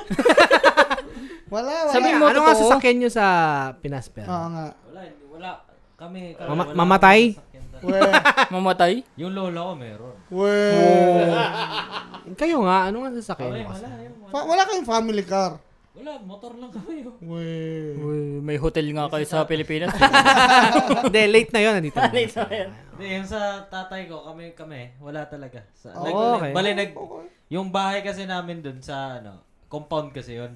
A: Wala, wala.
D: Sabi mo,
B: ano nga
D: totoo?
B: sasakyan nyo sa Pinas pero?
A: Oo nga.
C: Wala, hindi- wala. Kami, kami
B: Mama-
C: wala
B: mamatay?
C: akong sasakyan dati.
A: We,
D: Mamatay?
C: Yung lola ko meron.
A: we.
B: Kayo nga, ano nga sasakyan
C: Kami,
B: nyo?
C: wala. yun, wala.
A: Fa- wala kayong family car.
C: Wala, motor lang kami. oh.
A: We.
D: Uy, may hotel nga kayo sa Pilipinas.
B: [laughs]
D: eh.
B: Hindi, late na yun. Nandito na.
C: Hindi, yung sa tatay ko, kami, kami, wala talaga. Sa,
B: Oh, okay.
C: Bali, nag, yung bahay kasi namin dun sa, ano, compound kasi yun.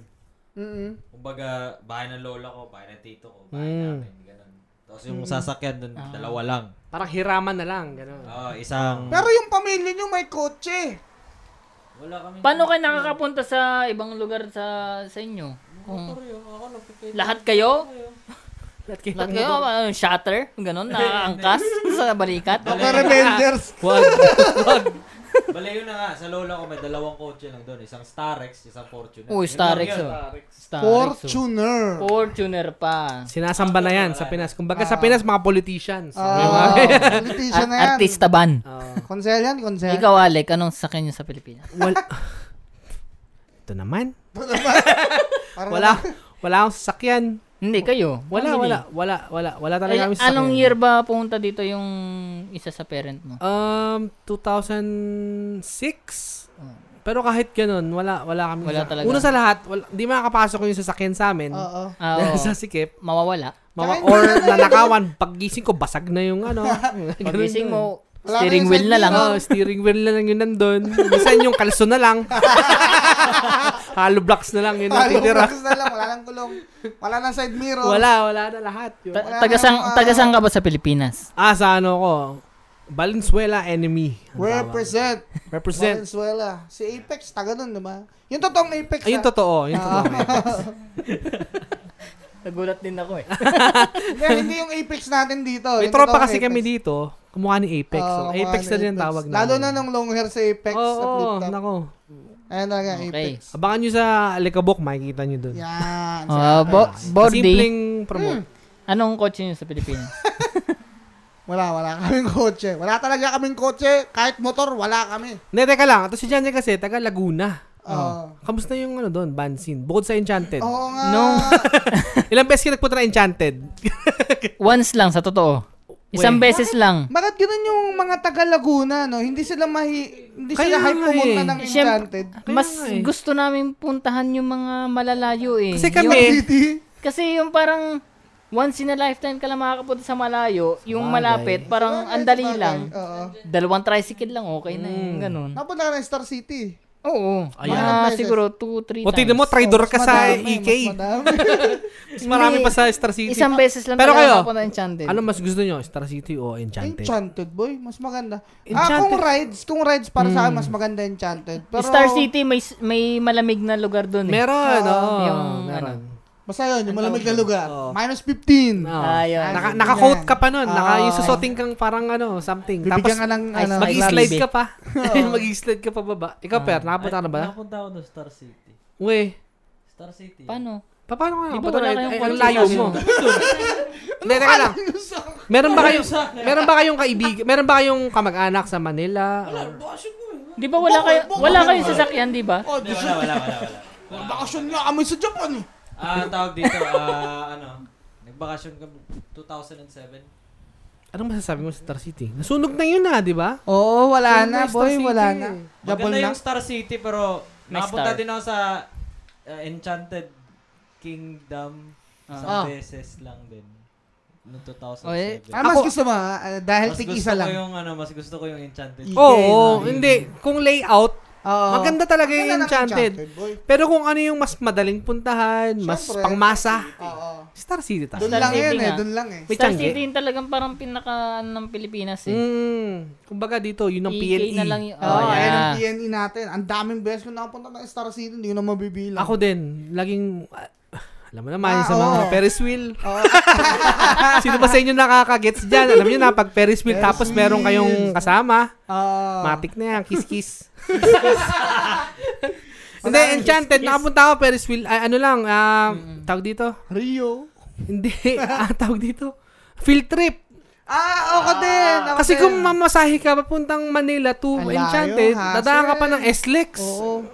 A: Mm-mm.
C: Kumbaga, bahay ng lola ko, bahay ng tito ko, bahay
B: Mm.
C: namin, ganun. Tapos yung sasakyan dun, dalawa lang.
B: Parang hiraman na lang. Ganun.
C: Oo, isang...
A: Pero yung pamilya nyo may kotse.
C: Wala kami.
D: [laughs] Paano kayo nakakapunta sa ibang lugar sa sa inyo? Kung
C: Motor yun, ako nagpipedal.
D: lahat kayo?
B: Lahat kayo.
D: Lahat kayo? Ano, shutter? Ganon? Nakaangkas [laughs] sa balikat?
A: Mga
D: [laughs]
A: Revengers.
B: Wag.
C: Bale yun na nga, sa lola ko may dalawang kotse lang doon. Isang Starex, isang Fortuner. Yun
D: Uy,
C: lang
D: Starex
C: yun.
D: oh. Starex. oh.
A: Fortuner.
D: Fortuner pa.
B: Sinasamba na yan sa Pinas. Kumbaga
D: Ah.
B: sa Pinas, mga politicians.
A: Ah, politician na yan.
D: Ar- artista ban.
B: Oo.
A: Konsel yan, konsel.
D: Ikaw, Alec, anong sakay niyo sa Pilipinas?
B: [laughs] Wal... Ito naman.
D: [laughs]
A: Parang
B: Wala. Wala akong sasakyan.
D: Hindi, kayo.
B: Wala,
D: Family.
B: wala. Wala, wala. Wala
D: Ano eh? Ay,
B: talaga kami sasakyan.
D: anong year ba pumunta dito yung isa sa parent mo?
B: Um, 2006. Pero kahit ganun, wala, wala kami.
D: Wala
B: sa-
D: talaga.
B: Una sa lahat, wala, di makakapasok yung sasakyan sa amin.
A: Oo.
B: [laughs]
D: Ah,
B: Dahil
D: oo.
B: sa sikip.
D: Mawawala.
B: Mama,
A: Tsaka-
B: or nanakawan, pagising ko, basag na yung
D: [laughs]
B: ano.
D: Pagising mo,
A: Wala
D: steering
A: kayong
D: wheel na lang.
A: sardina.
B: Oh, steering wheel na lang yun nandun. Minsan yung kalso na
A: [laughs]
B: lang. Hollow blocks na lang yun ang
A: Wala
B: titira.
A: na lang, wala lang kulong. Wala nang side mirror.
B: Wala, wala ah, na lahat. Yun.
D: Ta- tagasang, tagasang ka ba sa Pilipinas?
B: Ah, sa ano ko, Valenzuela enemy. ang tawag.
A: Represent.
B: Represent.
A: Venezuela. Si Apex, taga nun, di ba? Yung totoong Apex.
B: Ayun,
A: ah. [laughs]
B: totoo. Yun, totoo.
D: Nagulat din ako eh.
A: Hindi, hindi yung Apex natin dito.
B: May
A: Yung
B: tropa
A: totoong
B: kasi
A: Apex.
B: kami dito. Kumukha ni Apex.
A: Oo,
B: so,
A: kumukha
B: Apex na
A: ni
B: rin ang tawag na.
A: Lalo na nung long hair sa Apex
B: Oo,
A: at
B: oo,
A: flip top.
B: nako.
A: Ayan talaga,
D: Okay.
A: Apex.
B: Abangan nyo sa Alikabok, makikita nyo doon.
A: Yan.
D: [laughs] Ah, bo- boarding.
B: Simpleng promote.
A: Hmm.
D: Anong kotse nyo sa Pilipinas?
A: Wala, wala kaming kotse. Wala talaga kaming kotse. Kahit motor, wala kami.
B: Hindi, teka lang. Ito si Janja kasi, taga Laguna.
A: Oo.
B: Kamusta yung ano doon, Bansin? Bukod sa Enchanted.
A: Oo nga.
D: No.
B: [laughs] Ilang beses ka nagpunta na Enchanted?
D: Once lang, sa totoo. Isang
B: Weh.
D: beses lang.
A: Bakit ganun yung mga taga Laguna, no? Hindi sila mahi... Hindi sila
B: Kaya
A: hype
B: nga
A: pumunta
B: eh.
A: ng
D: Siyem-
A: Enchanted.
B: Kaya
D: Mas
B: nga eh.
D: gusto namin puntahan yung mga malalayo eh.
B: Kasi
A: Yung
B: kami- Eh.
A: city.
D: Kasi yung parang once in a lifetime ka lang makakapunta sa malayo, yung
C: Sabagay.
D: malapit, parang
A: Sabagay,
D: andali
A: sabagay.
D: lang.
A: Oo.
D: Dalawang tricycle lang, okay na yun.
B: Mm.
D: Ganun.
A: Napunta ka ng Star City.
D: Oo.
A: Ayan.
D: Mga
A: Beses.
D: siguro 2, 3 times.
B: O tignan mo, trader ka
A: Mas
B: sa E
A: madami,
B: EK.
A: mas
B: [laughs]
A: madami. [laughs]
B: Mas marami pa sa Star City.
D: Isang beses lang
B: Pero
D: talaga
B: kayo,
D: nakapunta ng Chandel.
B: ano mas gusto nyo? Star City o Enchanted?
A: Enchanted, boy. Mas maganda. Ah,
B: Enchanted.
A: kung rides, kung rides para sa akin,
B: Hmm.
A: mas maganda Enchanted. Pero,
D: Star City may may malamig na lugar doon eh.
B: Meron, oo.
D: yung ano.
B: meron.
A: Basta yun, yung malamig na lugar. Minus 15.
B: Oo.
D: Ayun.
B: Oh. Ah. Naka, naka-coat ka pa nun. Naka, yung susuting kang parang ano, something.
A: Bibigyan
B: Tapos,
A: ka ng ano,
B: mag-slide
D: Labi.
B: ka pa. [laughs] mag-slide ka pa baba. Ikaw, Per, nakapunta ka na ba?
C: Napunta ako doon, Star City.
B: Uy,
C: Star City.
D: Paano?
B: pa- paano ka
D: Di ba
B: nakapunta
D: wala
B: na?
D: kayong
B: Eh, Ang
D: kotse
B: layo
D: sa
B: mo. Hindi, teka lang. Meron ba kayong, meron ba kayong kaibigan, meron ba kayong kamag-anak sa Manila? Or-
D: Di ba wala kayo wala
B: [laughs]
D: kayong sasakyan, di ba?
A: Oh,
C: Hindi,
A: Diyos
C: wala, wala, wala, wala.
A: ko, Bakasyon nga kami sa Japan eh.
C: Ah, tawag dito, ah, ano, nagbakasyon kami 2007.
B: Anong masasabi mo sa Star City? Nasunog na yun na, di ba?
A: Oo, wala
B: Yung
A: na,
B: Star
A: boy.
B: City.
A: Wala na. Jabol
C: Maganda
A: na.
C: yung Star City pero
D: May
C: nakapunta
D: star.
C: din ako sa uh, Enchanted Kingdom
A: Ah.
C: isang beses lang din. Noong 2007.
D: Oh, eh,
A: Ah, mas
B: Ako-
A: gusto mo, ah, ah, dahil
C: mas gusto
A: tig-isa
C: ko
A: lang.
C: yung ano, mas gusto ko yung Enchanted.
A: Hindi,
B: Oo,
A: hindi.
B: hindi. Kung layout,
A: Oo.
B: maganda talaga
A: Maganda ng
B: yung Enchanted.
A: boy.
B: Pero kung ano yung mas madaling puntahan, mas
A: Siyempre.
B: pangmasa,
A: Oo.
B: Star City tayo.
A: Doon lang
D: City
A: yan eh,
D: nga.
A: doon lang eh.
B: May
D: Star
B: tiyangge.
D: City yung talagang parang pinaka ano, ng Pilipinas eh.
B: Mm, kumbaga dito, yun ang E.
D: EK
B: PLE.
D: na lang yun.
A: Oo, oh,
D: Oh,
A: ayan ang
D: yeah.
A: PNE natin. Ang daming beses ko nakapunta ng Star City, hindi ko na mabibilang.
B: Ako din, laging, ah, alam mo naman,
A: Ah,
B: yung sa mga
A: oo.
B: Ferris wheel. [laughs]
A: Oo.
B: Sino ba sa inyo nakakagets dyan? Alam niyo na, pag Ferris wheel,
A: Ferris
B: tapos meron kayong kasama,
A: Oo.
B: matik na yan,
A: [laughs]
B: kiss-kiss. [laughs] Hindi, enchanted. Nakapunta ako, Ferris wheel. Ay, ano lang, ah, tawag
A: [laughs]
B: dito?
A: Rio.
B: Hindi, ah, tawag dito. Field trip.
A: Ah, ako din. Ako
B: Kasi
A: din.
B: kung mamasahe ka papuntang Manila to
A: Ang layo,
B: Enchanted,
A: hassle.
B: dadaan ka pa ng SLEX.
A: Oo.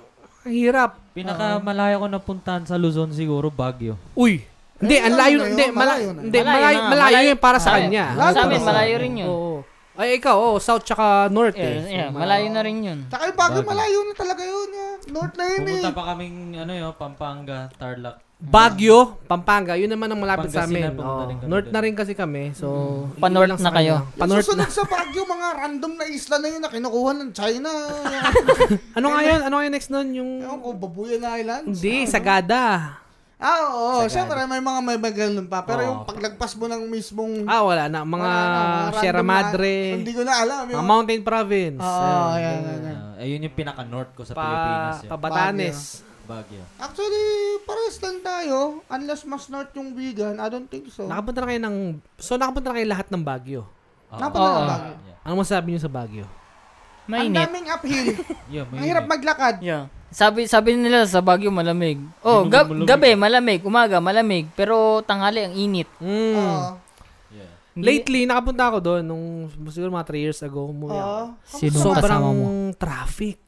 B: Ang hirap.
C: Pinaka malayo ko napuntahan sa Luzon siguro Baguio.
B: Uy. Hindi,
A: Eh,
B: ang
A: ano
B: layo.
A: na yun?
B: Hindi, mala-
A: Malayo na yun.
B: hindi,
D: Malayo
B: malayo,
D: na,
B: malayo
D: malayo.
B: yun para sa
D: Malayo.
B: kanya.
A: Malayo
D: Sa amin
A: para sa
D: malayo rin yun.
B: Oo. Ay, ikaw, oh, south tsaka north
D: Yeah,
B: eh.
D: yeah, malayo na rin yun.
A: Tsaka yung Baguio, malayo na talaga yun. ah. North na yun eh.
C: Pumunta pa kaming ano yun, Pampanga, Tarlac.
B: Baguio, Pampanga, yun naman ang malapit sa amin.
C: Pangasinan, pumunta
B: Oo.
C: rin kami
B: north
C: doon.
B: na rin kasi kami. So, yun
D: Pa-north
B: lang
D: na
B: sa kanya.
D: kayo.
B: Pa-north na.
A: Susunod sa Baguio, mga random na isla na yun na kinukuha ng
B: [laughs]
A: China.
B: Ano nga yun? Ano nga yun next nun? Yung...
A: Ewan ko, Babuyan Islands.
B: Hindi, Sagada.
A: Ah, oo. Siyempre, may mga may ganun pa. Pero yung paglagpas mo ng mismong...
B: Ah, wala na. Mga
A: wala na, mga
B: Sierra
A: random na-
B: Madre.
A: Hindi ko na alam.
B: Mga
A: Yung,
B: Mountain Province.
A: Oo, yan, yan, yan.
C: Ah, ayun yung pinaka north ko sa Pilipinas.
B: pa,
C: Yun.
B: pa Batanes.
C: Baguio.
A: Actually, parehas lang tayo. Unless mas north yung vegan, I don't think so.
B: Nakapunta na kayo ng... So, nakapunta na kayo lahat ng Baguio.
C: Oo.
A: Napunta na
D: Oo.
A: Baguio.
C: Yeah.
B: Ano masabi niyo sa Baguio?
A: Ang
D: Mainit.
A: daming
B: [laughs]
A: uphill.
C: Yeah, may
A: Ang hirap maglakad.
D: Yeah. Sabi sabi nila sa Baguio malamig. Oh,
C: Hindi naman
D: gab-
C: malamig.
D: gabi malamig, umaga malamig, pero tanghali ang init.
B: Mm.
A: Oo.
C: Yeah.
B: Lately, nakapunta ako doon nung siguro mga 3 years ago.
A: Oo.
B: Umuwi ako.
D: Sino
B: Sobrang
D: kasama mo?
B: traffic.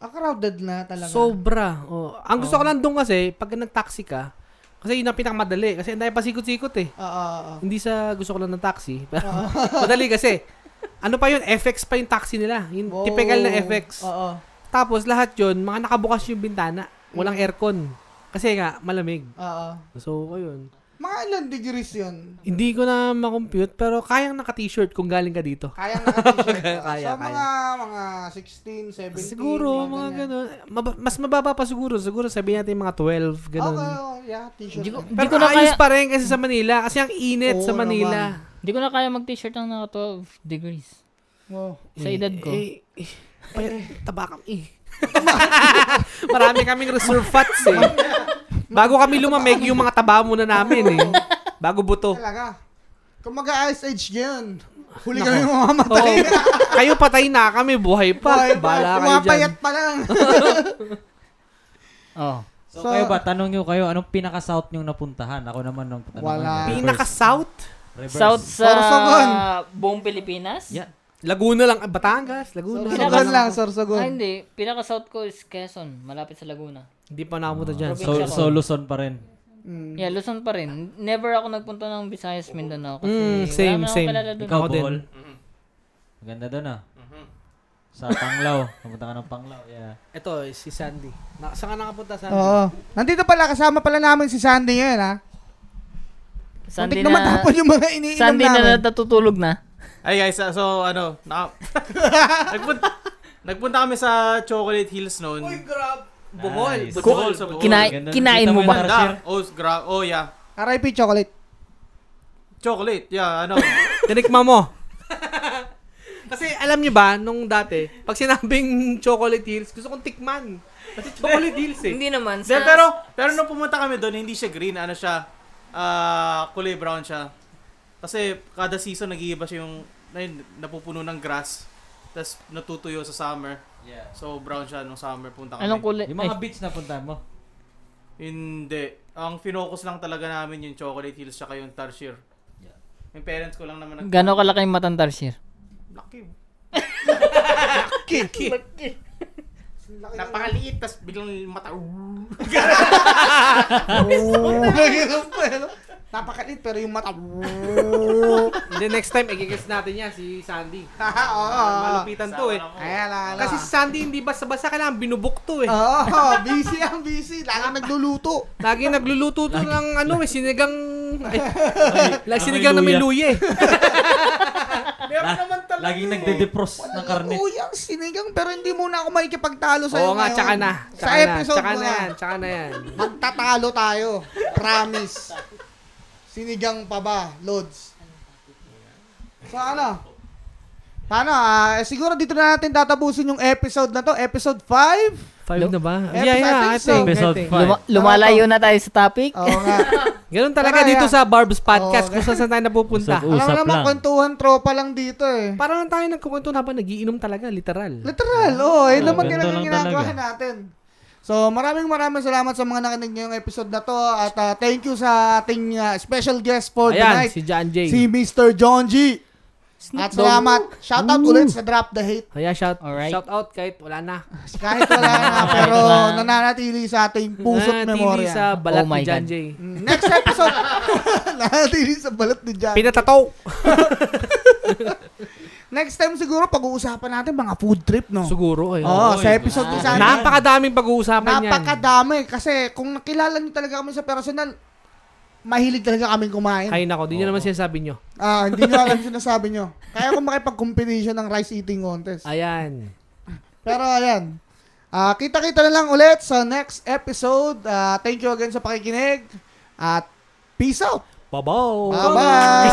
A: Ah, crowded na talaga.
B: Sobra. Oh. Ang gusto ko lang doon kasi, pag nag-taxi ka, kasi yun ang pinakamadali. Kasi ang dahil pasikot-sikot eh.
A: Oo, oo, oo.
B: Hindi sa gusto ko lang ng taxi. Pero [laughs] madali kasi. Ano pa yun? FX pa yung taxi nila. Yung
A: Wow.
B: typical na FX.
A: Oh. Oo.
B: Tapos lahat yun, mga nakabukas yung bintana. Walang aircon. Kasi nga, malamig.
A: Oo.
B: So, ayun.
A: Mga ilan degrees yun?
B: Hindi ko na makompute, pero kayang naka-t-shirt kung galing ka dito.
A: Kaya
B: [laughs]
A: nga t-shirt.
B: Kaya, kaya,
A: so, mga, mga 16, 17.
B: Siguro, mga
A: ganyan.
B: ganun. Mab- mas mababa pa siguro. Siguro sabihin natin mga 12, ganun.
A: Okay, oh, yeah, t-shirt.
D: Hindi ko,
B: Pero
D: di ko na
B: ayos
D: kaya
B: pa rin kasi sa Manila. Kasi ang init
A: Oo
B: sa Manila.
D: di ko na kaya mag-t-shirt ng naka 12 degrees.
A: Wow.
D: Sa edad ko.
B: Eh, eh, eh, payat, taba Eh. kami. [laughs] Marami kaming reserve fats eh.
A: Oh.
B: [laughs] Bago kami lumamig, yung mga taba muna namin eh. Bago buto.
A: Talaga. Kung mag-ice age yun. Huli kami mamamatay.
B: Oo. kayo patay na, kami buhay pa. Bala kayo dyan.
A: Pumapayat pa
B: [laughs]
A: lang.
D: Oh.
C: So,
A: So-
C: kayo ba, tanong nyo kayo, anong pinaka-south nyong napuntahan? Ako naman nung tanong
A: Wala.
B: Pinaka-south.
C: Reverse.
D: South
A: Sorsogon.
D: sa buong Pilipinas?
C: Yeah.
B: Laguna lang. ah, Batangas, Laguna.
A: Sorsogon lang, sorsogon.
D: Ah, hindi. Pinaka-south ko is Quezon, malapit sa Laguna.
B: Hindi pa nakapunta dyan.
D: Probinsya
C: So,
D: ko.
C: so, Luzon pa rin.
A: Mm.
D: Yeah, Luzon pa rin. Never ako nagpunta ng Visayas, Mindanao. Kasi
B: Mm, same,
D: wala
B: same.
D: naman akong kilala dun.
C: Ikaw,
B: Ako din.
C: Bohol. Maganda doon ah.
E: Mm-hmm.
C: Sa Panglao. Pumunta ka ng Panglao. Yeah.
B: Ito, eh, si Sandy. Na, saan ka nakapunta, Sandy?
A: Oo. Nandito pala, kasama pala namin si Sandy ngayon, ha?
D: Sunday
A: Muntik na matapon yung mga iniinom
D: [laughs] Sunday
A: namin.
D: na natutulog na.
E: Ay guys, ah, so ano, na, [laughs] nagpunta, nagpunta kami sa Chocolate Hills noon.
B: grab.
C: Bohol,
E: Sa
C: Bohol.
E: Bohol, sa Bohol.
D: Kinai-
C: Ganda.
D: kinain
C: Kita
D: mo
C: yung
D: ba?
C: Tarsier?
E: Ganda. Oh, gra- oh yeah.
A: RIP
B: [laughs]
A: chocolate.
E: Chocolate, yeah,
C: [laughs]
E: ano.
B: Tinikma mo. [laughs] Kasi alam niyo ba, nung dati, pag sinabing chocolate hills, gusto kong tikman. Kasi chocolate hills eh.
D: naman.
E: De, pero, pero nung pumunta kami doon, hindi siya green, ano siya, ah, kulay brown siya. Kasi kada season nag-iiba siya yung, ayun, napupuno ng grass. Tapos natutuyo sa summer.
C: Yeah.
E: So brown siya nung summer punta kami.
D: Anong kulay?
C: Yung mga
D: Ay,
C: beach na puntahan mo.
E: Hindi. Ang finocus lang talaga namin yung Chocolate Hills tsaka yung Tarsier.
C: Yeah.
E: Yung parents ko lang naman nag...
D: Gano'ng kalaki yung matang Tarsier?
E: Laki. oh.
A: Kiki.
E: Napakaliit, tas biglang mata... uh,
A: Napakalit, pero yung
B: [laughs]
A: mata. [laughs]
B: Hindi, next time, ikikis natin yan, si Sandy.
A: Oo.
B: Malupitan to eh.
A: Ayan lang. ano.
B: Kasi si Sandy hindi basta-basta, kailangan binubok to eh.
A: Oo, busy ang busy. Lagi nagluluto.
B: Lagi nagluluto to ng ano eh, sinigang... Ay, sinigang na may luya eh.
E: Meron naman talaga.
C: Laging nagde-defrost ng karne.
A: Kuya, sinigang, pero hindi muna ako makikipagtalo sa'yo
B: Oo nga,
A: ngayon.
B: tsaka na.
A: Sa
B: Tsaka na,
A: episode
B: tsaka
A: mo
B: na
A: na.
B: yan, tsaka na yan.
A: Magtatalo tayo. Promise. Sinigang pa ba, Lods? So ano? Paano? ah, eh, siguro dito na natin tatapusin yung episode na to. Episode 5?
B: Five na ba?
A: Episode,
B: Yeah, yeah,
A: I
B: I
A: think so.
B: think.
C: Episode
B: I think.
C: five.
D: Luma- lumalayo na tayo sa topic.
A: Oo nga.
B: Ganun talaga
A: Tara,
B: dito
A: yeah.
B: sa Barb's Podcast,
A: Oo,
B: kung saan saan tayo napupunta.
C: Usap-usap.
A: Alam mo naman,
C: lang.
A: kwentuhan tropa lang dito eh.
B: Parang lang tayo nagkukwento habang nagiinom talaga, literal.
A: Literal, oo. Oh, yun naman talaga
C: ganito lang
A: ginagawa
C: talaga.
A: natin. So, maraming maraming salamat sa mga nakinig ngayong episode na to at ah, thank you sa ating ah, special guest for
B: Oh, Ayan,
A: tonight,
B: si John J.
A: si Mr. John G. At salamat. Shoutout ulit sa Drop the Hate.
B: Kaya shout,
D: Alright.
B: shout out kahit wala
A: [laughs]
B: na.
A: Kahit wala na, pero
D: Wala.
A: nananatili sa ating puso't
B: Nanatili
A: memorya.
B: Ah, sa balat
D: Oh my
B: ni John
D: God.
B: J.
A: Mm, Next episode, [laughs] nananatili sa balat ni John.
B: Pinatato.
A: Oh. Next time siguro, pag-uusapan natin mga food trip, no?
B: Siguro eh.
A: Oo, sa episode ni Sandy.
B: Napakadaming pag-uusapan yan.
A: Napakadami. Kasi kung nakilala niyo talaga kami sa personal, mahilig talaga kaming kumain.
B: Ay nako, di nyo naman sinasabi nyo.
A: Ah, hindi nyo alam yung sinasabi nyo. Kaya ko makipag-competition ng rice eating contest.
B: Ayan.
A: Pero ayan. Ah, kita-kita na lang ulit sa next episode. Ah, thank you again sa pakikinig. At peace out.
B: Babaw.
A: Bye-bye.